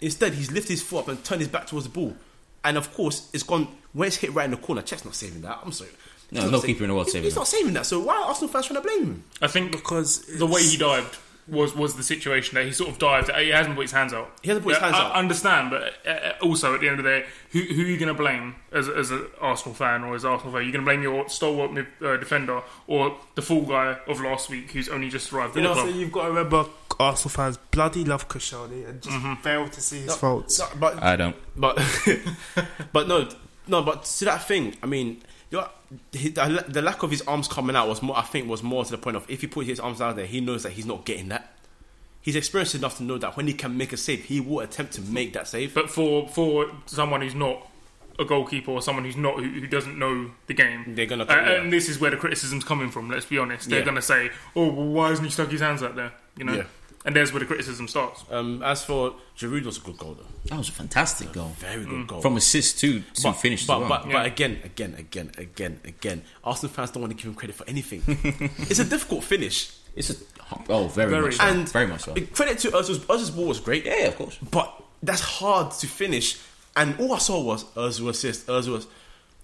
Instead, he's lifted his foot up and turned his back towards the ball, and of course, it's gone. When it's hit right in the corner, Chet's not saving that. I'm sorry. No, He's no not sa- keeper in the world He- saving He's that. not saving that. So why are Arsenal fans trying to blame him? I think Because the way he dived was was the situation that he sort of dived. He hasn't put his hands out. He hasn't put his hands I, out. I understand, but uh, also at the end of the day, who, who are you going to blame as as an Arsenal fan or as Arsenal fan? You're going to blame your stalwart mid, uh, defender or the fool guy of last week who's only just arrived. at You the know, so club? you've got to remember Arsenal fans bloody love Koscielny and just fail to see his faults. Mm-hmm. No, but I don't. But but no no but see that thing. I mean, you know, he- the the lack of his arms coming out was more. I think was more to the point of if he put his arms out there, he knows that he's not getting that. He's experienced enough to know that when he can make a save, he will attempt to make that save. But for for someone who's not a goalkeeper or someone who's not who, who doesn't know the game, They're gonna- Uh, and this is where the criticism's coming from. Let's be honest. They're Yeah. going to say, "Oh, well, why hasn't he stuck his hands out there?" You know. Yeah. And there's where the criticism starts. um, as for Giroud, was a good goal though, That was a fantastic goal. very good goal. Mm. From assist to, to but, finish as but, well. but, but again, again, again, again, again, Arsenal fans don't want to give him credit for anything. it's a difficult finish. it's a oh very, Very. much so. And uh, very much so. Credit to Özil's, Özil's ball was great. Yeah, of course. But that's hard to finish. And all I saw was Özil assist, Özil assist.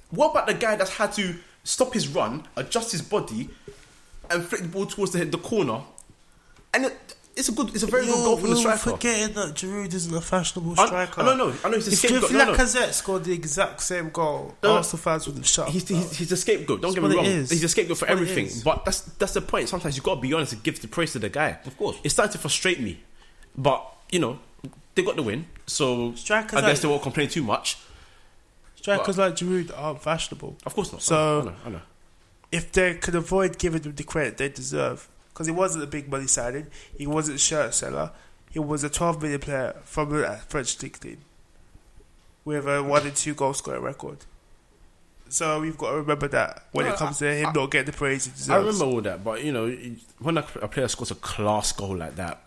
What about the guy that's had to stop his run, adjust his body, and flick the ball towards the, the corner? And it, it's a good, it's a very good goal from the You're striker. forgetting that Giroud isn't a fashionable I- striker. I don't know. I know he's a If scapegoat. If No, no. Lacazette scored the exact same goal, No, no. Arsenal fans wouldn't shut up. He's, he's, he's a scapegoat. Don't That's get me what wrong. it is. He's a scapegoat for That's what it everything. is. But that's that's the point. Sometimes you got to be honest and give the praise to the guy. Of course. it started to frustrate me. But you know, they got the win, so Strikers I guess are- they won't complain too much. Strikers like Giroud aren't fashionable. Of course not. So- I know, I know. If they could avoid giving them the credit they deserve, because he wasn't a big money signing, he wasn't a shirt seller, he was a 12 million player from a French league team with a one and two goal scoring record. So we've got to remember that when No, it comes to him not getting the praise he deserves. I remember all that, but you know, when a a player scores a class goal like that,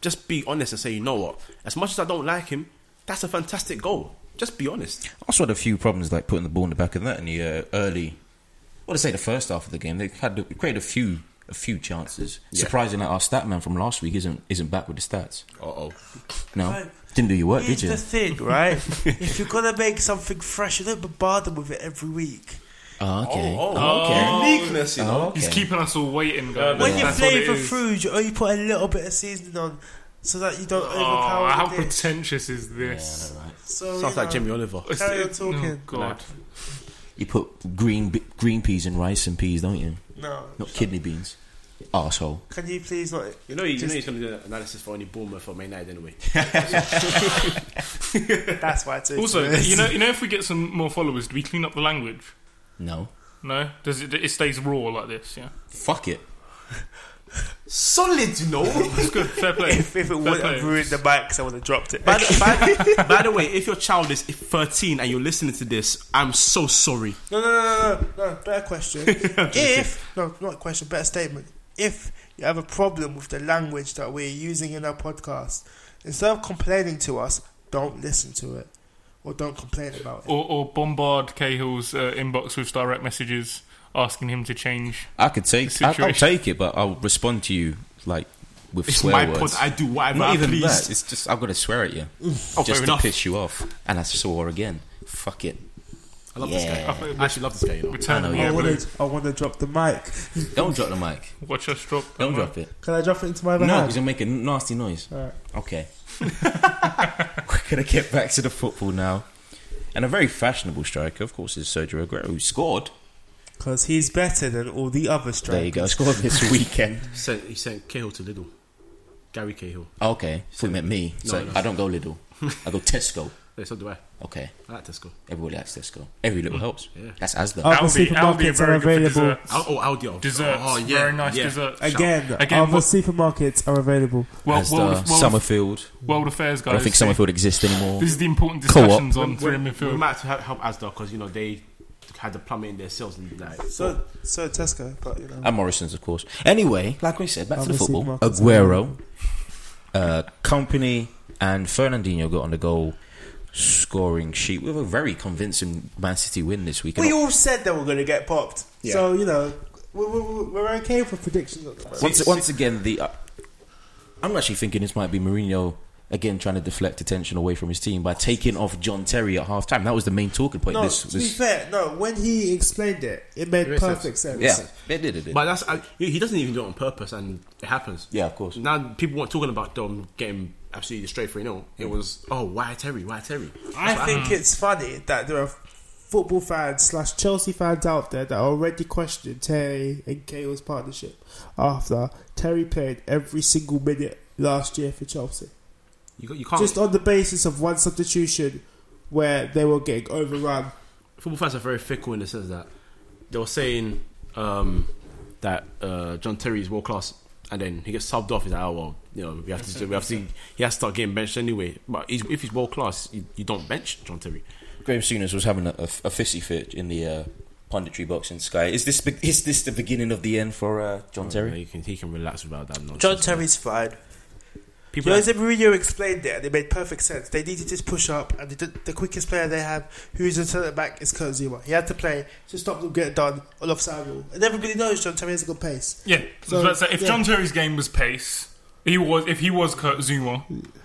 just be honest and say, you know what? As much as I don't like him, that's a fantastic goal. Just be honest. also had a few problems like putting the ball in the back of the net in the uh, early. Well, to say the first half of the game, they had they created a few a few chances. Surprising that our stat man from last week isn't isn't back with the stats. Uh oh. No, didn't do your work, Here's did you? the thing, right? if you're gonna make something fresh, you don't bother with it every week. Oh, okay. Uniqueness, you know. Oh, okay. He's keeping us all waiting, guys. When you That's what it flavour is. food, you only put a little bit of seasoning on so that you don't Oh, overpower how the dish. pretentious is this? So, Oh, you Sounds like know, Jimmy Oliver. Carry on Oh, talking. God. You put green bi- green peas and rice and peas, don't you? No, Not kidney beans. Asshole. can you please not? You know, you, Just- know he's going to do an analysis for any Bournemouth or Man United anyway. That's why. I take Also, it. you know, you know, if we get some more followers, do we clean up the language? No. No, does it? It stays raw like this. Yeah, Fuck it. Solid, you know. it's good. Fair play. if, if it would have ruined the mics, I would have dropped it. by, the, by, the- by the way, if your child is 13 and you're listening to this, I'm so sorry. No, no, no, no, no. no better question. if no, not question. Better statement. If you have a problem with the language that we're using in our podcast, instead of complaining to us, don't listen to it, or don't complain about it. Or, or bombard Cahill's uh, inbox with direct messages asking him to change. I could take. The I, I'll situation. take it, but I'll respond to you like with It's swear my pod. words. I do whatever Not I even please. that. It's just I've got to swear at you Oh, fair just to enough. piss you off, and I swore again. Fuck it. I love Yeah. this guy. I actually love this guy, you know. Return I know, the yeah. I air want balloon. to. I want to drop the mic. Don't drop the mic. Watch us drop. that Don't one. drop it. Can I drop it into my No, hand? because you'll make a n- nasty noise. Okay. We're gonna get back to the football now, and a very fashionable striker, of course, is Sergio Aguero, who scored. Because he's better than all the other strikers. There you go. Scored this weekend. He sent, he sent Cahill to Lidl. Gary Cahill. Okay. So you meant me. So No, no. I don't go Lidl. I go Tesco. Yeah, so do I. Okay. I like Tesco. Everybody likes Tesco. Every little helps. Yeah. That's Asda. Other Aldi, Aldi are supermarkets are very good for available. desserts. Al- oh, Aldi. Desserts, Oh, yeah. very nice yeah. desserts. Again, Again, other what- supermarkets are available. Well, Asda, world, world, Summerfield. world affairs, guys. uh, I don't think Summerfield exists anymore. This is the important Co-op. discussions on We, three in we midfield. might have to help Asda because, you know, they had the plummet in their sales. And, like, So, so Tesco, but you know. And Morrison's, of course. Anyway, like we said, back to the Obviously, football. Marcus Aguero, uh, Company, and Fernandinho got on the goal scoring sheet with a very convincing Man City win this week. We all said that we're going to get popped. So, you know, we're, we're, we're okay for predictions. at the moment. once, once again, the uh, I'm actually thinking this might be Mourinho again trying to deflect attention away from his team by taking off John Terry at half time. That was the main talking point. No, this, to be this, fair, no. When he explained it, it made perfect sense. yeah, it did, it did. But that's I, he doesn't even do it on purpose, and it happens. Yeah, of course. Now people weren't talking about them getting absolutely straight three 0 It was oh why Terry, why Terry? I think it's funny that there are football fans slash Chelsea fans out there that already questioned Terry and Cale's partnership after Terry played every single minute last year for Chelsea. You got you can't. Just on the basis of one substitution where they were getting overrun. football fans are very fickle in the sense that they were saying um, that uh, John Terry is world class, and then he gets subbed off. He's like, oh well, you know, we have to, we have to, he has to start getting benched anyway. But he's, if he's world class, you, you don't bench John Terry. Graham Souness was having a, a, a fissy fit in the uh, punditry box in Sky. Is this be- is this the beginning of the end for uh, John Yeah, Terry? he can he can relax without that. Nonsense. John Terry's fine. people. Jose Mourinho explained it, and it made perfect sense. They need to just push up, and the, the quickest player they have, who is a centre back, is Kurt Zuma. He had to play to stop them getting done on offside rule. And everybody knows John Terry has a good pace. Yeah. So, So, I was about to say, if yeah. John Terry's game was pace, he was if he was Kurt Zuma,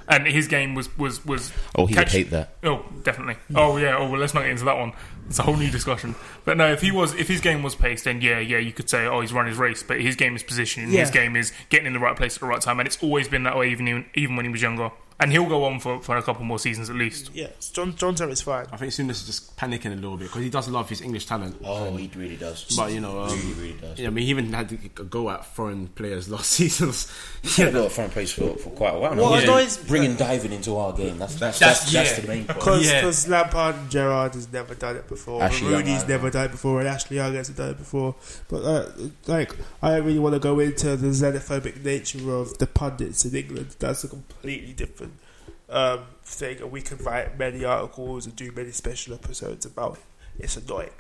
and his game was was was Oh, he catch- would hate that. Oh, definitely. Oh yeah. Oh well, let's not get into that one. It's a whole new discussion. But no, if he was if his game was pace, then yeah, yeah, you could say oh he's run his race, but his game is positioning. Yeah. His game is getting in the right place at the right time, and it's always been that way even even, even when he was younger. And he'll go on for, for a couple more seasons at least. Yeah, John, John Terry's fine. I think Souness is just panicking a little bit because he does love his English talent. Oh, he really does. But you know, um, yeah, I mean, he even had to go at foreign players last season. Yeah, well, front place for, for quite a while. now. What He's been annoys- bringing diving into our game. That's that's that's, that's, the main point. Because Yeah. Lampard and Gerrard has never done it before. Ashley Young Rooney's hasn't. never done it before, and Ashley Young hasn't done it before. But uh, like, I don't really want to go into the xenophobic nature of the pundits in England. That's a completely different um, thing, and we can write many articles and do many special episodes about it. It's annoying.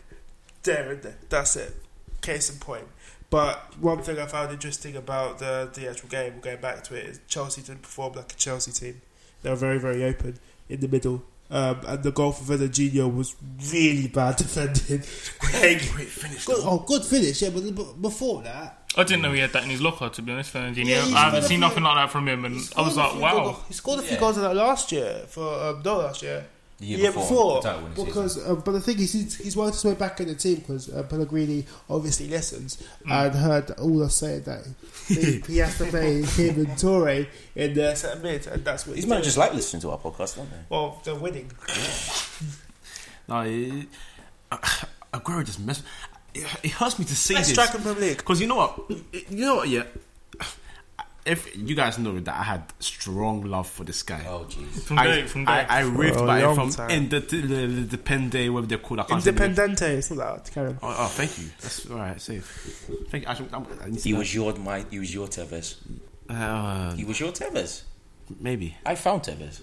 There and there. That's it. Case in point. But one thing I found interesting about the, the actual game, we're going back to it, is Chelsea didn't perform like a Chelsea team. They were very, very open in the middle. Um, and the goal for Virginio was really bad defended. Great finish. Good, oh, good finish, yeah, but, but before that. I didn't know he had that in his locker, to be honest, Fernandinho. Yeah, he's I got haven't a seen few- nothing like that from him, and I was scored a like, few wow. goals- he scored a few goals in that last year, for um, not last year. The Yeah, before, the title winning season. because uh, but the thing is, he's, he's worked his way back in the team because uh, Pellegrini obviously listens Mm. and heard all us saying that he, he has to play him and Torre in the centre mid, and that's what these he's managers doing. like listening to our podcast, don't they? Well, they're winning. no, it, Aguero just mess. It, it hurts me to see Best this. striker in Premier League. Because you know what, you know what, yeah. If you guys know that I had strong love for this guy, Oh, jeez. From I, day, from I, day. I raved For a about him long from time. Independente, whatever they're called. I can't remember. Independente, it's not that hard to carry on. Oh, oh, thank you. That's all right. Safe. Thank you. I, should- I'm- I need to- He was your my. He was your Tevez. uh, He was your Tevez. maybe. I found Tevez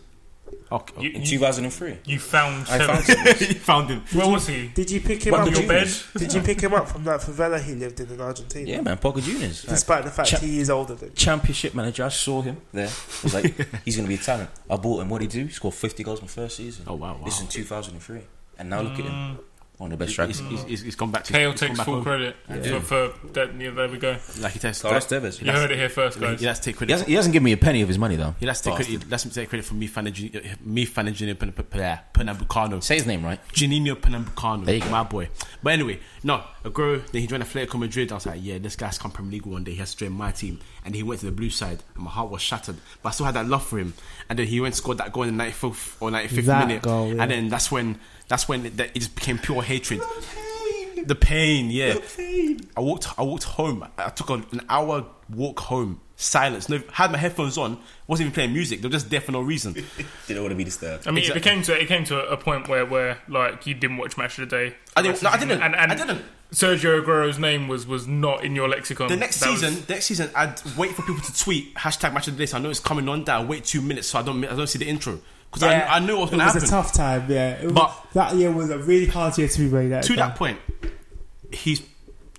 Okay. you, in you, 2003. you found I found Tevez. Tevez. You found him. Where was he? Did you pick him Well, up? did Your you- bed? Did you pick him up from that favela he lived in in Argentina? Yeah, man, Boca Juniors. Like, Despite the fact Cha- he is older than championship manager. I saw him there. I was like, he's going to be a talent. I bought him. What did he do? He scored 50 goals in the first season. Oh wow! wow. This is in 2003. And now look at him. One of the best strikers. He's, he's, he's, he's gone back to. Kale he's gone takes back full home. credit for, for that. Yeah, there we go. Like he takes. Carlos Tevez. You heard it here first, guys. He has to take He credit. hasn't, he hasn't given me a penny of his money, though. He has to take credit. He has to take credit for me managing. uh, Me managing Pernambucano. Say his name right. There Janino you Pernambucano, go. my boy. But anyway, no, Aguero, then he joined Atletico Madrid. I was like, yeah, this guy's come Premier League one day. He has to join my team. And he went to the blue side, and my heart was shattered. But I still had that love for him. And then he went and scored that goal in the 95th or 95th That minute. goal, yeah. And then that's when that's when it, that it just became pure hatred. The pain, yeah. I walked. I walked home. I took a- an hour walk home. Silence. No, had my headphones on. Wasn't even playing music. They were just there for no reason. Didn't want to be disturbed. I mean, Exactly. it became to it came to a, a point where where like you didn't watch match of the day. I didn't- no, I didn't. And, and I didn't. Sergio Aguero's name was was not in your lexicon. The next That was- season, next season, I'd wait for people to tweet hashtag match of the day. So I know it's coming on. That I wait two minutes, so I don't, I don't see the intro because Yeah. I, I knew what was It going was to happen. a tough time, yeah. It was- But- that year was a really hard year to be made. to that point, he's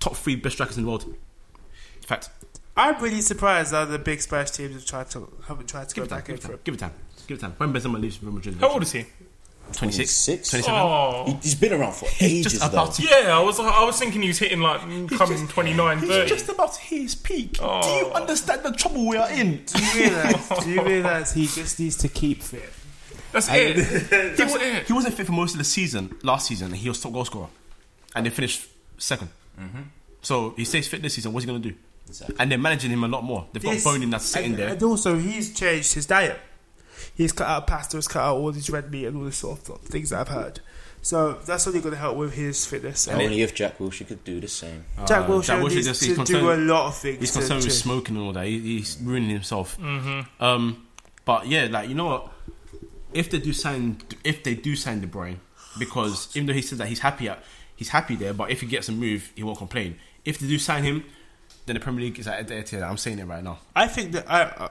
top three best strikers in the world. In fact, I'm really surprised that the big Spanish teams have tried to haven't tried to give go it time, back give in it for time, it. give it time, give it time. When Benzema leaves Real Madrid, how old is he? 26? 26? 27? Oh. He, he's been around for He's ages, just though. about to Yeah, I was I was thinking he was hitting like coming 29, 30. He's just about to hit his peak. Do Oh. you understand the trouble we are in? Do you realize? do you realize he just needs to keep fit? That's it. He, That's wa- it. he wasn't fit for most of the season last season. He was top goal scorer, and they finished 2nd Mm-hmm. So he stays fit this season. What's he going to do? And they're managing him a lot more. They've got Yes. Bonin that's sitting and, there. And also, he's changed his diet. He's cut out pasta, he's cut out all these red meat and all this sort of th- things that I've heard. So that's only going to help with his fitness. And Only if Jack Wilshere could do the same. Jack Uh, Wilshere Jack Wilshere needs just- he's to do a concerned- lot of things. he's to- concerned with to- Mm-hmm. smoking and all that. He, he's ruining himself. Um, but yeah, like you know what? If they do sign, if they do sign De Bruyne, because even though he said that he's happy at, he's happy there. But if he gets a move, he won't complain. If they do sign him, then the Premier League is at the Etihad. I'm saying it right now. I think that I,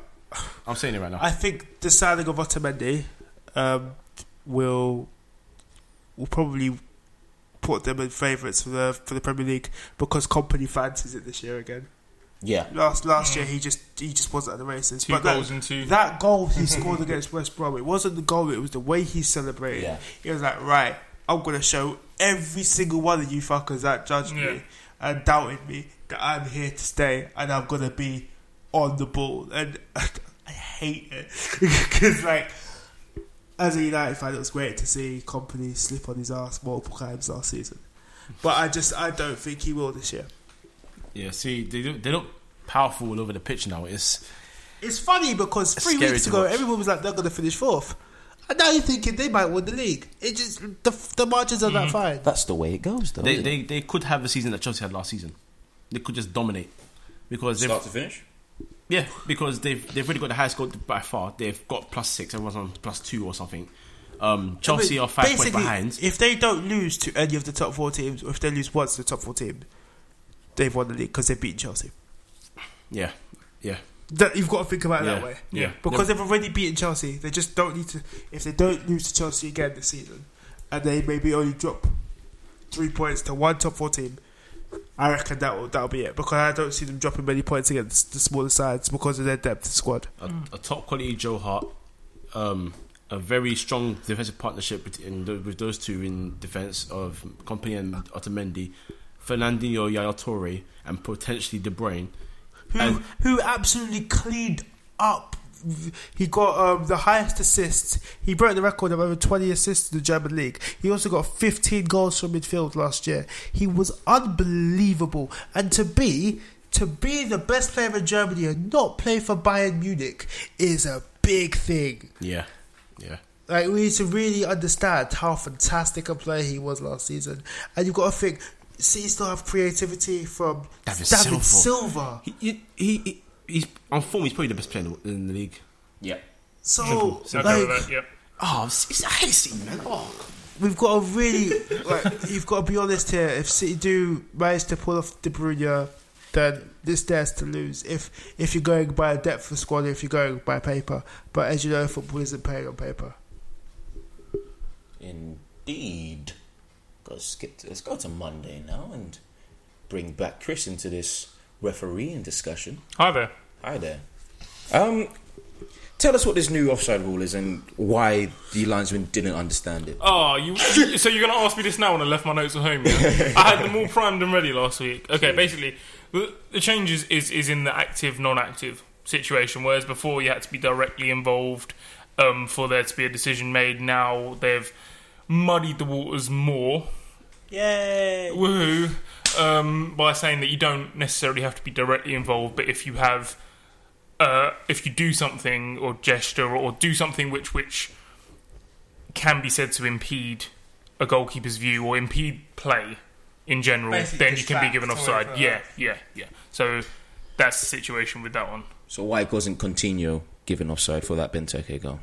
I'm saying it right now. I think the signing of Otamendi um, will will probably put them in favourites for the for the Premier League because company fancies it this year again. Yeah. Last last year he just he just wasn't at the races. Two but goals that, and two. that goal he scored against West Brom, it wasn't the goal, it was the way he celebrated. Yeah. He was like, right, I'm gonna show every single one of you fuckers that judged Yeah. me and doubted me that I'm here to stay and I'm gonna be on the ball. And I hate it because like. As a United fan, it was great to see Company slip on his ass multiple times last season, but I just I don't think he will this year. yeah, see, they look, they look powerful all over the pitch now. It's It's funny because three Scary weeks to ago, watch. everyone was like, they're going to finish fourth. And now you're thinking they might win the league. It just the, the margins are Mm-hmm. that fine. That's the way it goes, though. they, isn't it? they they could have a season that Chelsea had last season. They could just dominate because they've to finish? Yeah, because they've they've really got the highest score by far. They've got plus six. Everyone's on plus two or something. Um, Chelsea But are five points basically, behind. If they don't lose to any of the top four teams, or if they lose once to the top four team, they've won the league because they've beaten Chelsea. yeah, yeah, That you've got to think about it yeah, that way. yeah. Because they've already beaten Chelsea, they just don't need to. If they don't lose to Chelsea again this season, and they maybe only drop three points to one top four team, I reckon that will that'll be it. Because I don't see them dropping many points against the smaller sides because of their depth of squad. a, a top quality Joe Hart, um, a very strong defensive partnership between tho- with those two in defense of Company and Otamendi, Fernandinho, Yaya Torre, and potentially De Bruyne. Who And- who absolutely cleaned up. He got um, the highest assists. He broke the record of over 20 assists in the German league. He also got 15 goals from midfield last year. He was unbelievable. And to be to be the best player in Germany and not play for Bayern Munich is a big thing. Yeah, yeah. Like we need to really understand how fantastic a player he was last season. And you've got to think, see, you still have creativity from David, Silva. David Silva. He he, he, he he's on form. He's probably the best player in the, in the league. Yeah. So, I'll go like, with that, yeah. Oh, it's, it's amazing, man. Oh. we've got to really like you've got to be honest here. If City do manage to pull off De Bruyne, then this theirs to lose. If if you're going by depth of squad, if you're going by paper, but as you know, football isn't paying on paper. Indeed. Got to skip. To, let's go to Monday now and bring back Chris into this refereeing discussion. Hi there. Hi there. Um, tell us what this new offside rule is and why the linesman didn't understand it. Oh, you. you- so you're gonna ask me this now when I left my notes at home? yeah? I had them all primed and ready last week. Okay, basically, the, the changes is is in the active non-active situation, whereas before you had to be directly involved um, for there to be a decision made. Now they've muddied the waters more. Yay! Woohoo! Um, by saying that you don't necessarily have to be directly involved, but if you have uh, if you do something or gesture or do something which which can be said to impede a goalkeeper's view or impede play in general, Basically then you can be distract given or offside. whatever. Yeah, yeah, yeah. So that's the situation with that one. So why wasn't Coutinho given offside for that Benteke goal?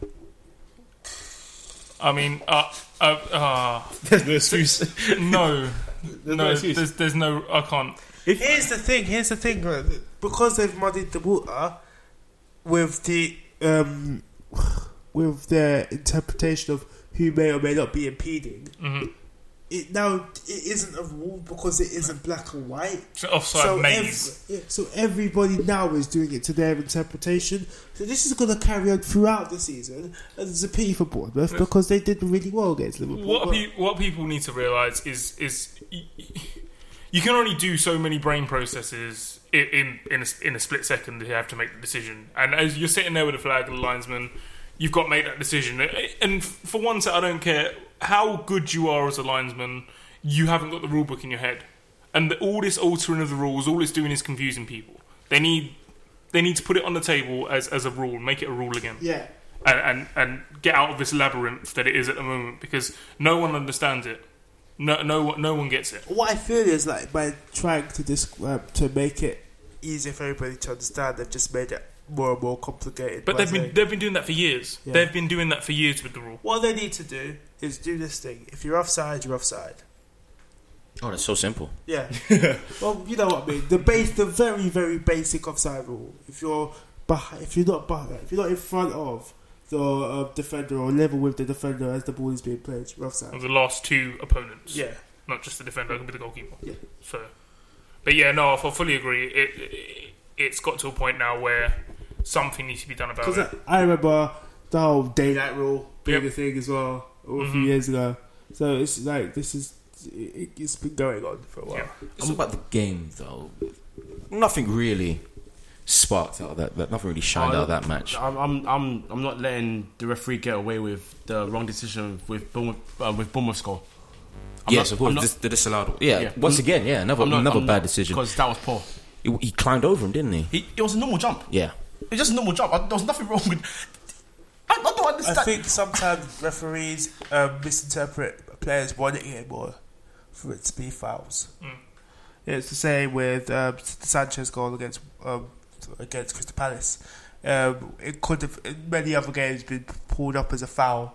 I mean, uh, uh, uh, There's no excuse. no, There's no, there's, there's no, I can't. Here's the thing. Here's the thing. uh, Because they've muddied the water with the um, with their interpretation of who may or may not be impeding. it now it isn't a rule because it isn't black and white. It's an offside maze. ev- yeah, so everybody now is doing it to their interpretation. So this is going to carry on throughout the season. And it's a pity for Bournemouth because they did really well against Liverpool. what but- pe- what people need to realize is is y- you can only do so many brain processes in in in a, s- in a split second. You have to make the decision, and as you're sitting there with a flag and the linesman, you've got to make that decision. And for once, I don't care how good you are as a linesman, you haven't got the rule book in your head, and all this altering of the rules, all it's doing is confusing people. They need they need to put it on the table as as a rule, make it a rule again yeah, and, and, and get out of this labyrinth that it is at the moment because no one understands it. No, no, one- no one gets it. what I feel is like by trying to dis- uh, to make it easier for everybody to understand, they've just made it more and more complicated. But by they've been saying- they've been doing that for years. Yeah. They've been doing that for years with the rule. what they need to do is do this thing. If you're offside, you're offside. Oh, that's so simple. Yeah. well, you know what I mean. The base, the very, very basic offside rule. If you're behind, if you're not behind, if you're not in front of the uh, defender or level with the defender as the ball is being played, you're Of offside. the last two opponents, Yeah. not just the defender, it could be the goalkeeper. Yeah. So, but yeah, no, I fully agree. It, it it's got to a point now where something needs to be done about Because it. I, I remember the whole daylight rule being Yep. Mm-hmm. a thing as well a few years ago. So it's like this is it, it's been going on for a while. Yeah. It's all about the game, though. Nothing really sparked out of that. that nothing really shined out of that match. I'm, I'm, I'm, I'm not letting the referee get away with the wrong decision with Bournemouth, uh, with Bournemouth's goal. I'm yes, not- of course. I'm not- dis- the disallowed. Yeah, Yeah. Once again, yeah. Another another bad decision. because that was poor. He, he climbed over him, didn't he? He, it was a normal jump. Yeah. It was just a normal jump. I, there was nothing wrong with. I, I don't understand. I think sometimes referees um, misinterpret players wanting it more for it to be fouls. Mm. Yeah, it's the same with um, S- Sanchez goal against um, against Crystal Palace. Um, it could have in many other games been pulled up as a foul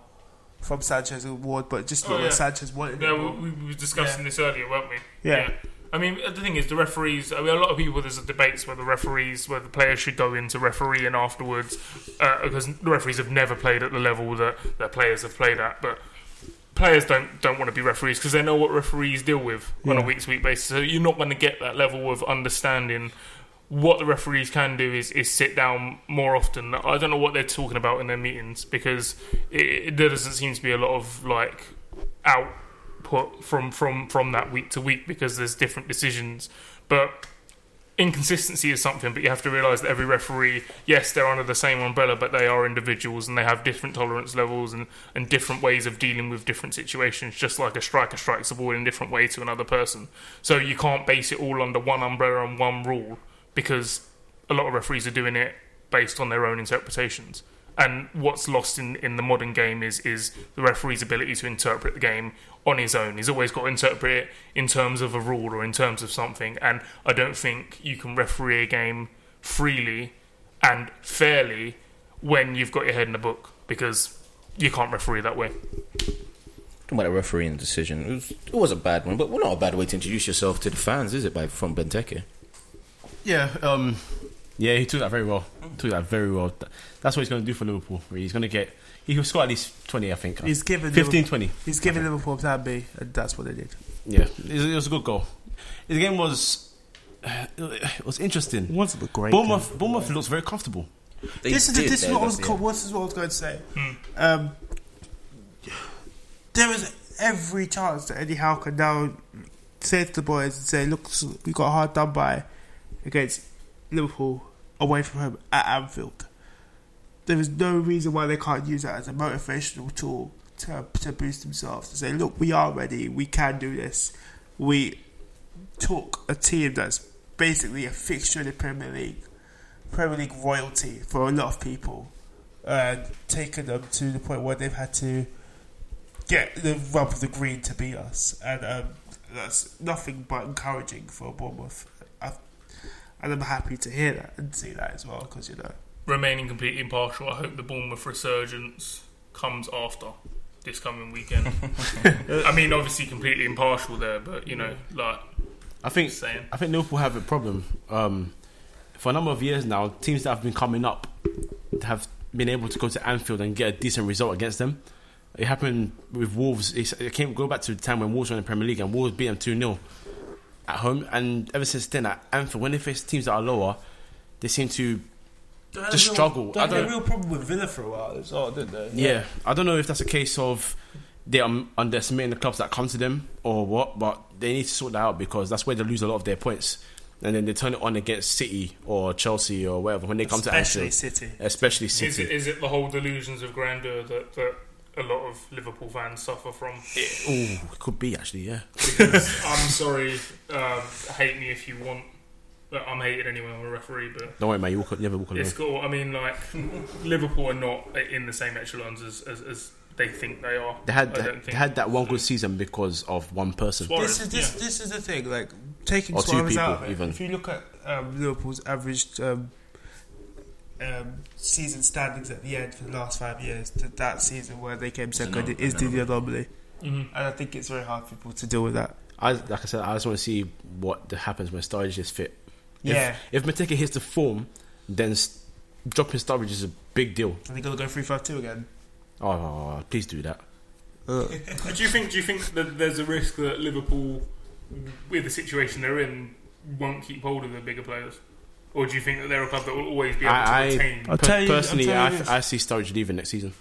from Sanchez and Ward, but just Oh, look yeah. like Sanchez wanted Yeah, it. more. we, we were discussing this earlier, weren't we? Yeah. I mean, the thing is, the referees. I mean, a lot of people there's debates whether referees, whether players should go into refereeing afterwards, uh, because the referees have never played at the level that their players have played at. But players don't don't want to be referees because they know what referees deal with on a Yeah. week to week basis. So you're not going to get that level of understanding. What the referees can do is, is sit down more often. I don't know what they're talking about in their meetings because it, it, there doesn't seem to be a lot of like output from from from that week to week because there's different decisions. But inconsistency is something, but you have to realise that every referee, yes, they're under the same umbrella, but they are individuals and they have different tolerance levels and, and different ways of dealing with different situations, just like a striker strikes the ball in a different way to another person. So you can't base it all under one umbrella and one rule because a lot of referees are doing it based on their own interpretations. And what's lost in, in the modern game is is the referee's ability to interpret the game on his own. He's always got to interpret it in terms of a rule or in terms of something. And I don't think you can referee a game freely and fairly when you've got your head in the book because you can't referee that way. Talking about a refereeing decision. It was, it was a bad one, but not a bad way to introduce yourself to the fans, is it? By from Benteke. Yeah, um, yeah, he took that very well. Took that very well. Th- That's what he's going to do for Liverpool. really. He's going to get. He will score at least twenty, I think. He's given 15, Liverpool, 20. he's given Liverpool plan B, and that's what they did. Yeah, it was, it was a good goal. The game was. It was interesting. It wasn't a great Bournemouth, Bournemouth looks very comfortable. They this is, the- did this, is though, what I was that's co- it. this is what I was going to say. Um, there is every chance that Eddie Howe can now say to the boys and say, look, we got hard done by against Liverpool away from home at Anfield. There is no reason why they can't use that as a motivational tool to, to boost themselves, to say, look, we are ready, we can do this. We took a team that's basically a fixture in the Premier League Premier League royalty for a lot of people, and taken them to the point where they've had to get the rub of the green to beat us, and um, that's nothing but encouraging for Bournemouth. i and I'm happy to hear that and see that as well, because you know, Remaining completely impartial, I hope the Bournemouth resurgence comes after this coming weekend. I mean, obviously, completely impartial there, but you know, like I think. Same. I think Liverpool have a problem. Um, for a number of years now, teams that have been coming up have been able to go to Anfield and get a decent result against them. It happened with Wolves. It's, it came go back to the time when Wolves were in the Premier League and Wolves beat them 2 0 at home. And ever since then, at Anfield, when they face teams that are lower, they seem to just struggle. They I had a don't. real problem with Villa for a while as well, didn't they? Yeah, I don't know if that's a case of they are underestimating the clubs that come to them or what, but they need to sort that out because that's where they lose a lot of their points, and then they turn it on against City or Chelsea or whatever when they come Especially to Anfield, City. especially City. Is it, is it the whole delusions of grandeur that, that a lot of Liverpool fans suffer from? Ooh, it could be actually, yeah. Because I'm sorry, um, hate me if you want. But I'm hated anyway. I'm a referee, but Don't worry, man. You walk, never walk alone. it's cool. I mean, like Liverpool are not in the same echelons as, as, as they think they are. They had I don't they think. had that one good season because of one person. This Suarez, is this, yeah. this is the thing. Like taking Or two Suarez out people, of it. even. If you look at um, Liverpool's average um, um, season standings at the end for the last five years, to that season where they came second anom- is an the anomaly, Mm-hmm. and I think it's very hard for people to deal with that. I, like I said, I just want to see what the- happens when Sturridge is fit. If- Yeah. If, Mateka hits the form, then s- dropping Sturridge is a big deal. I think it'll go three five two again. Oh, oh, oh, please do that. Do you think? Do you think that there's a risk that Liverpool, with the situation they're in, won't keep hold of the bigger players, or do you think that they're a club that will always be able I- I- to retain? I'll tell you- I'll personally, tell you I, this. I see Sturridge leaving next season.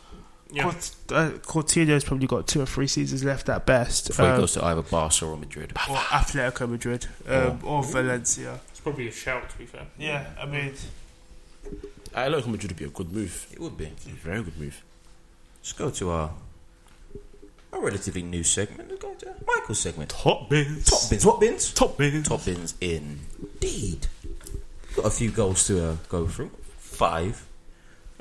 Yeah. Cort- uh, Coutinho's probably got two or three seasons left at best. Before um, he goes to either Barca or Madrid. or Atletico Madrid um, or Valencia. It's probably a shout, to be fair. Yeah, I mean, I look Madrid Uh, would be a good move. It would be. A very good move. Let's go to our a relatively new segment. Let's go to Michael's segment. Top bins. Top bins. What bins? Top bins. Top bins indeed. Got a few goals to uh, go through. Five.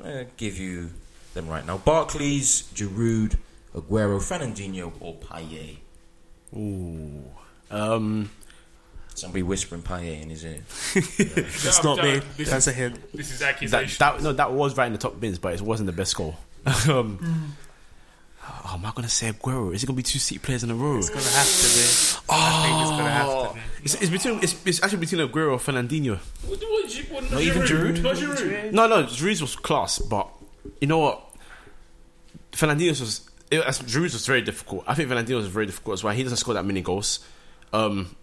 I'll give you them right now. Barclays, Giroud, Aguero, Fernandinho, or Payet. Ooh. Um, Somebody whispering Payet in his ear. That's not me. This that's is, a hint. this is that, accusation. that, no, that was right in the top bins, but it wasn't the best goal. um, Mm. oh, am I going to say Aguero? Is it going to be two seat players in a row? It's gonna have to be. Oh, it's, it's between it's, it's actually between Aguero and Fernandinho. What, what, what, what, not even Giroud? Not Giroud. No, no, Giroud was class, but you know what? Fernandinho was it, as- Giroud was very difficult. I think Fernandinho was very difficult. That's why he doesn't score that many goals. Um,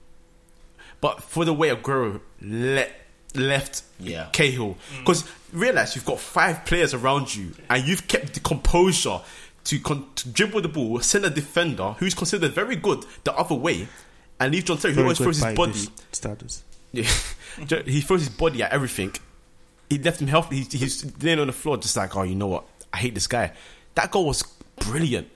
but for the way Aguero le- left Yeah. Cahill, because realize you've got five players around you, and you've kept the composure to, con- to dribble the ball, send a defender who's considered very good the other way, and leave John Terry who Very always good throws by his body. this Standards. Yeah. Jo- he throws his body at everything. He left him healthy. He, he's laying on the floor, just like, oh, you know what? I hate this guy. That goal was brilliant.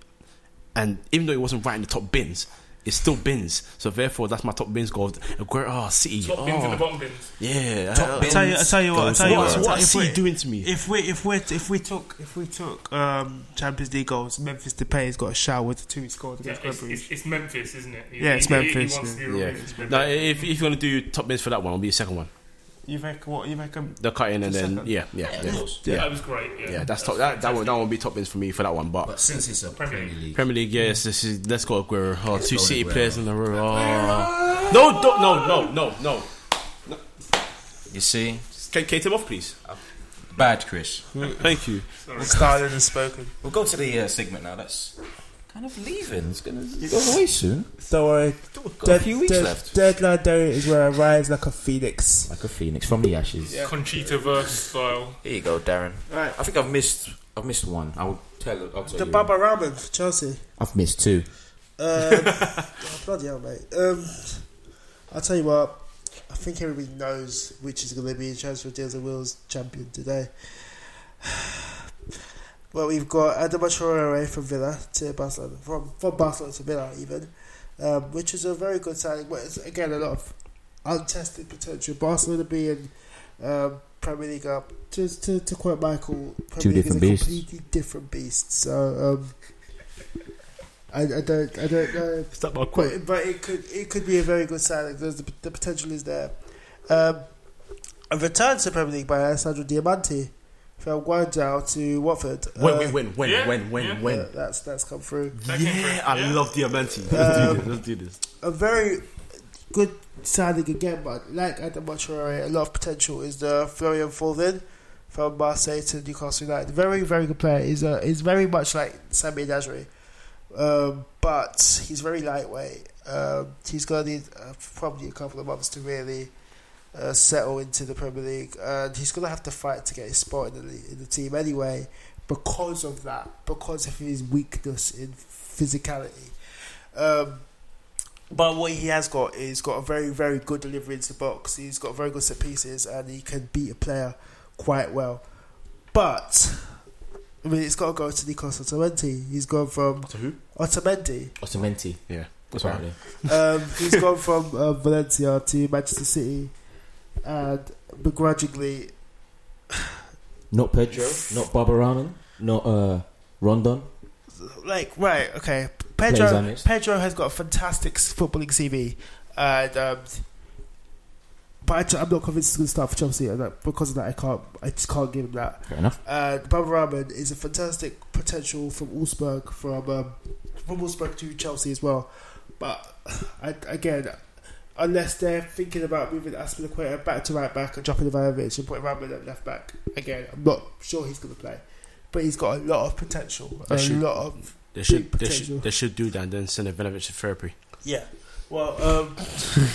And even though it wasn't right in the top bins, it's still bins. So therefore, that's my top bins goal. Aguero, oh, City. Top oh, bins and the bottom bins. Yeah. Top I tell you, I tell you what, I tell you What's what, what is if we, City doing to me? if we if we if we took if we took um, Champions League goals, Memphis Depay's got a shout with the two he scored Yeah, against it's, Club Brugge. it's, it's Memphis, isn't it? He- Yeah, it's he- he- Memphis, He wants to be yeah. Yeah. removed. It's No, Memphis. if, if you want to do top bins for that one, it'll be the second one. You make what? You make a The cut in and The then, second? yeah, yeah, yeah. Yeah, yeah. that was great. Yeah, Yeah, that's top. That that one, that one will be top bins for me for that one. But But since it's a Premier Premier League, Premier League, yes, this is, let's go Aguero. Oh, two go City Aguero. players in a row. Oh. No, don't, no, no, no, no. you see, Can, can you take him off, please? bad, Chris. Thank you. started and spoken. We'll go to the uh, segment now. That's kind of leaving. It's gonna go away soon. Don't worry. Got a few weeks left. uh, Deadline Diary is where I rise like a phoenix. Like a phoenix from the ashes. Conchita verse style. Here you go, Darren. Right. I think I've missed. I've missed one. I'll tell. I'll tell The you. Baba Ramen for Chelsea. I've missed two. Um, oh, bloody hell, mate. Um, I'll tell you what. I think everybody knows which is going to be transfer deals and wheels champion today. well, we've got Adama Traore from Villa to Barcelona, from from Barcelona to Villa, even, um, which is a very good signing. But it's, again, a lot of untested potential. Barcelona being um, Premier League up. Just to, to quote Michael, Premier Two League different is a beasts. completely different beast. So. Um, I, I don't, I don't know. Stop my But, but it could it could be a very good signing. There's the, the potential is there. Um, a return to the Premier League by Alessandro Diamante from Guangzhou to Watford. When, Uh, when, when, when, yeah, when, when, yeah. when? yeah, that's that's come through. Yeah, came through, I yeah. love Diamante. Let's do Um, this. Let's do this. A very good signing again, but like Adam Traore, a lot of potential is the Florian Fulvin from Marseille to Newcastle United. Very, very good player. He's, uh, he's very much like Sami Nasri, um, but he's very lightweight. Um, he's going to need uh, probably a couple of months to really uh, settle into the Premier League, and he's going to have to fight to get his spot in the, le- in the team anyway because of that, because of his weakness in physicality. Um, but what he has got is got a very, very good delivery into the box. He's got very good set pieces, and he can beat a player quite well. But I mean, it's got to go to Nikos Otamendi. He's gone from To who? Otamendi. Otamendi. Yeah. Apparently. Um, he's gone from uh, Valencia to Manchester City, and begrudgingly, Not Pedro, not Barbaraman, not uh, Rondon. like right, okay. Players I Pedro missed. Pedro has got a fantastic s- footballing CV, and um, but I, am not convinced he's going to start for Chelsea, and that, because of that, I can't. I just can't give him that. Fair enough. And Barbaraman is a fantastic potential from Wolfsburg, from um, from Wolfsburg to Chelsea as well. But I, again, unless they're thinking about moving Aspilicueta back to right back and dropping Ivanovic and putting Raman at left back, again, I'm not sure he's going to play. But he's got a lot of potential, a should- lot of They should, Big they potential. should, they should do that and then send Ivanovic to therapy. yeah. Well, um,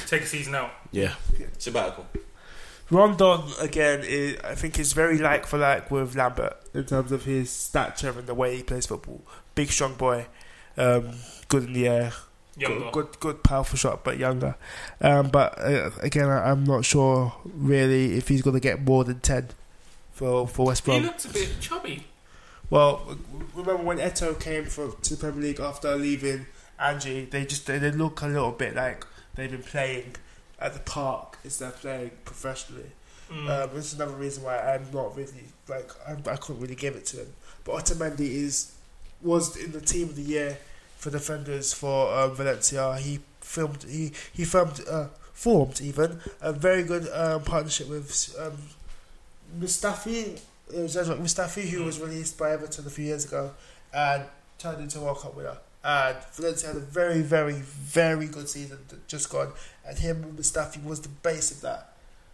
Take a season out. Yeah. Sabbatical. Rondon again. Is, I think is very like for like with Lambert in terms of his stature and the way he plays football. Big, strong boy, um, good in the air, Younger. Good, good, good, powerful shot, but younger. Um, but uh, again, I, I'm not sure really if he's going to get more than ten for for West He Brom. looked a bit chubby. Well, remember when Eto came for, to the Premier League after leaving Angie? They just they, they look a little bit like they've been playing at the park instead of playing professionally. Mm. Uh, Um, this is another reason why I'm not really like I, I couldn't really give it to him. But Otamendi is was in the team of the year for defenders for um, Valencia. He filmed he he filmed uh, formed even a very good um, partnership with um, Mustafi uh, it was Ezra Mustafi who was released by Everton a few years ago and turned into a World Cup winner. And Valencia had a very, very, very good season that just gone, and him and Mustafi was the base of that.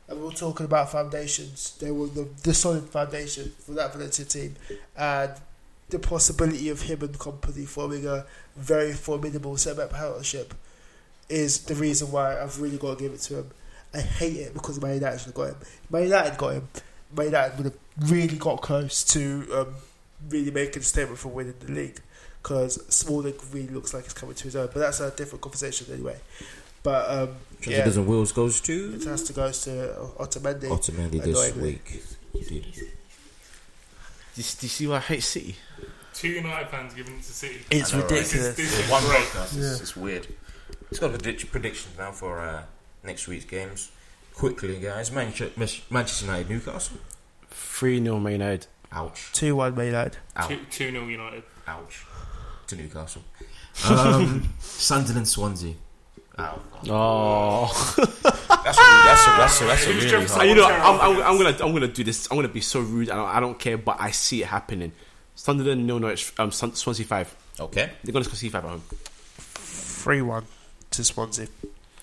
And we were talking about foundations; they were the, the solid foundation for that Valencia team, and the possibility of him and company forming a very formidable set-back partnership is the reason why I've really got to give it to him. I hate it because Man United should have got him. Man United got him. Man United would have really got close to um, really making a statement for winning the league because Smalling really looks like he's coming to his own. But that's a different conversation anyway. But um, Chelsea yeah, doesn't wills goes to it has to go to Otamendi. Otamendi this Annoyingly. week. Indeed. Do you, do you see why I hate City? Two United fans giving it to City. it's I know, right? ridiculous. This is One great. podcast. It's, it's weird. It's got predict- predictions now for uh, next week's games. Quickly, guys. Manche- Mes- Manchester United, Newcastle. 3 0 Man United. Ouch. Two one Man United. Ouch. Two, 2 0 United. Ouch. To Newcastle. Um, Sunderland, Swansea. Ow. Oh, That's a, that's a, that's a, that's a really hard. you know, I'm, I'm, I'm gonna, I'm gonna do this. I'm gonna be so rude. I don't, I don't care, but I see it happening. Sunderland, no, no, it's um, Sun- Swansea five. Okay. They're gonna score C five at home. Three one to Swansea.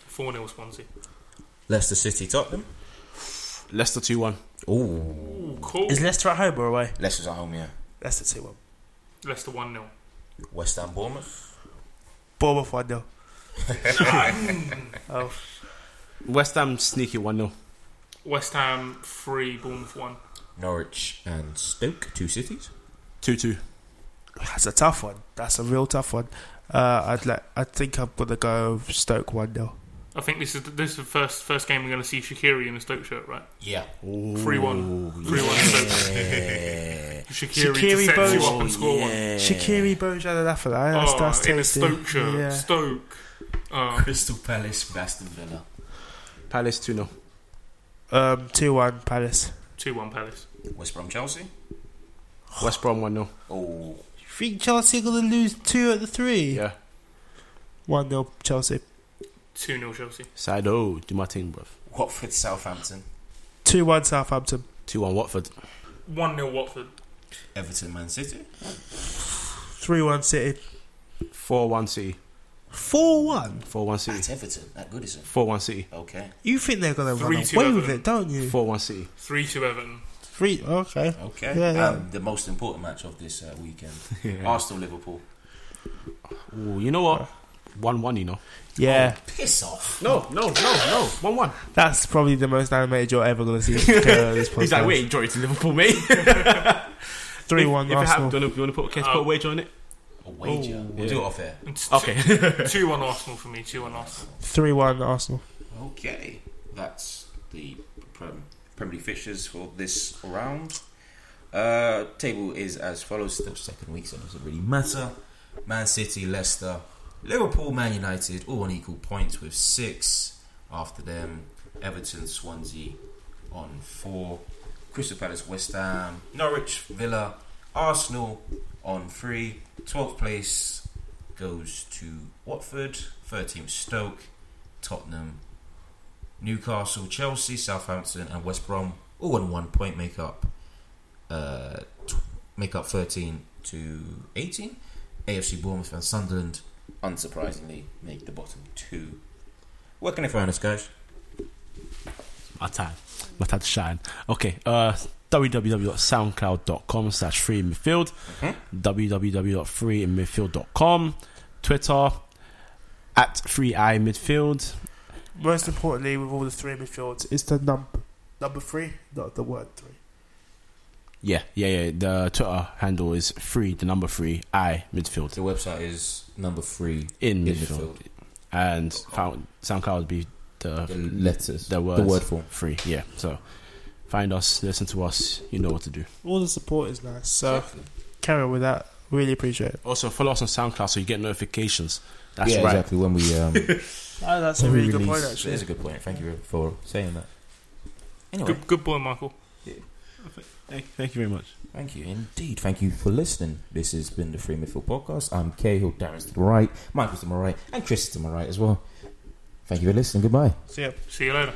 4 0 Swansea. Leicester City, Tottenham. Leicester two one. Ooh. Ooh, cool. Is Leicester at home or away? Leicester's at home, yeah. Leicester two one. Leicester 1 0. West Ham, Bournemouth. Bournemouth one 0 Oh, West Ham sneaky one 0 West Ham 3, Bournemouth 1. Norwich and Stoke, two cities. two two. that's a tough one. That's a real tough one. Uh, I'd like. I think I'm gonna go Stoke one 0 I think this is this is the first first game we're going to see Shakiri in a Stoke shirt, right? Yeah. 3 1. 3 1 Stoke. Shakiri, Shaqiri to set you Bojan. up and score one. Shakiri Bojan and Afala. eh? That's, Oh, that's in a tasty. Stoke shirt. Yeah. Stoke. Oh, Crystal Palace, Aston Villa. Palace two 0 Um, two one Palace. 2 1 Palace. West Brom, Chelsea. West Brom one 0 Oh. Think Chelsea are gonna lose two out of the three. Yeah. One 0 Chelsea. 2 0 Chelsea. Side oh, do my thing, bruv. Watford, Southampton. Two one Southampton. Two one Watford. 1 0 Watford. Everton, Man City. Three one City. Four one City. Four one. Four one City. At Everton, at Goodison. Four one City. Okay. You think they're gonna run 3-2 away with Everton. it, don't you? Four one City. 3 2 Everton. Three. Okay. Okay. Yeah, yeah. Um, the most important match of this uh, weekend Arsenal Liverpool. Ooh, you know what? One one, you know. Yeah, Piss off. No, no, no, no. One one. that's probably the most animated you're ever gonna see. He's He's like, wait, enjoy it to Liverpool, mate. three one If it happened, Arsenal. do you want to put, can you put a wager on it? A wager. Oh, We'll do it off air. Okay. Two one Arsenal for me. Two one Arsenal. Three one Arsenal. Okay. That's the Prem- Premier League fixtures for this round. Uh, table is as follows. Still second week, so it doesn't really matter. Man City, Leicester, Liverpool, Man United, all on equal points with six. After them, Everton, Swansea on four. Crystal Palace, West Ham, Norwich, Villa, Arsenal on three. 12th place goes to Watford. 13th, Stoke, Tottenham, Newcastle, Chelsea, Southampton, and West Brom all on one point make up uh, tw- make up 13 to 18. AFC Bournemouth and Sunderland, unsurprisingly, make the bottom two. Where can I find us, guys? my time. My time to shine. Okay, uh, www.soundcloud.com slash free midfield, www.freeinmidfield.com, Twitter, at free i midfield. Most importantly, with all the three midfields, it's the number number three, not the word three. Yeah, yeah, yeah. The Twitter handle is free, the number three, i midfield, The website is number three in in midfield. midfield. And found, SoundCloud would be The the letters. The The words. word form. free. Yeah, so find us, listen to us, you know what to do. All the support is nice. So carry on with that. Really appreciate it. Also, follow us on SoundCloud so you get notifications. That's yeah, right. exactly. When we, um, Oh, that's when a we really good release- point, It actually. is a good point. Thank you for saying that. Anyway, Good, good boy, Michael. Thank, thank you very much. Thank you indeed. Thank you for listening. This has been the Free Midfield Podcast. I'm Cahill, Darren's to the right, Michael's to my right, and Chris is to my right as well. Thank you for listening. Goodbye. So yeah, See you later.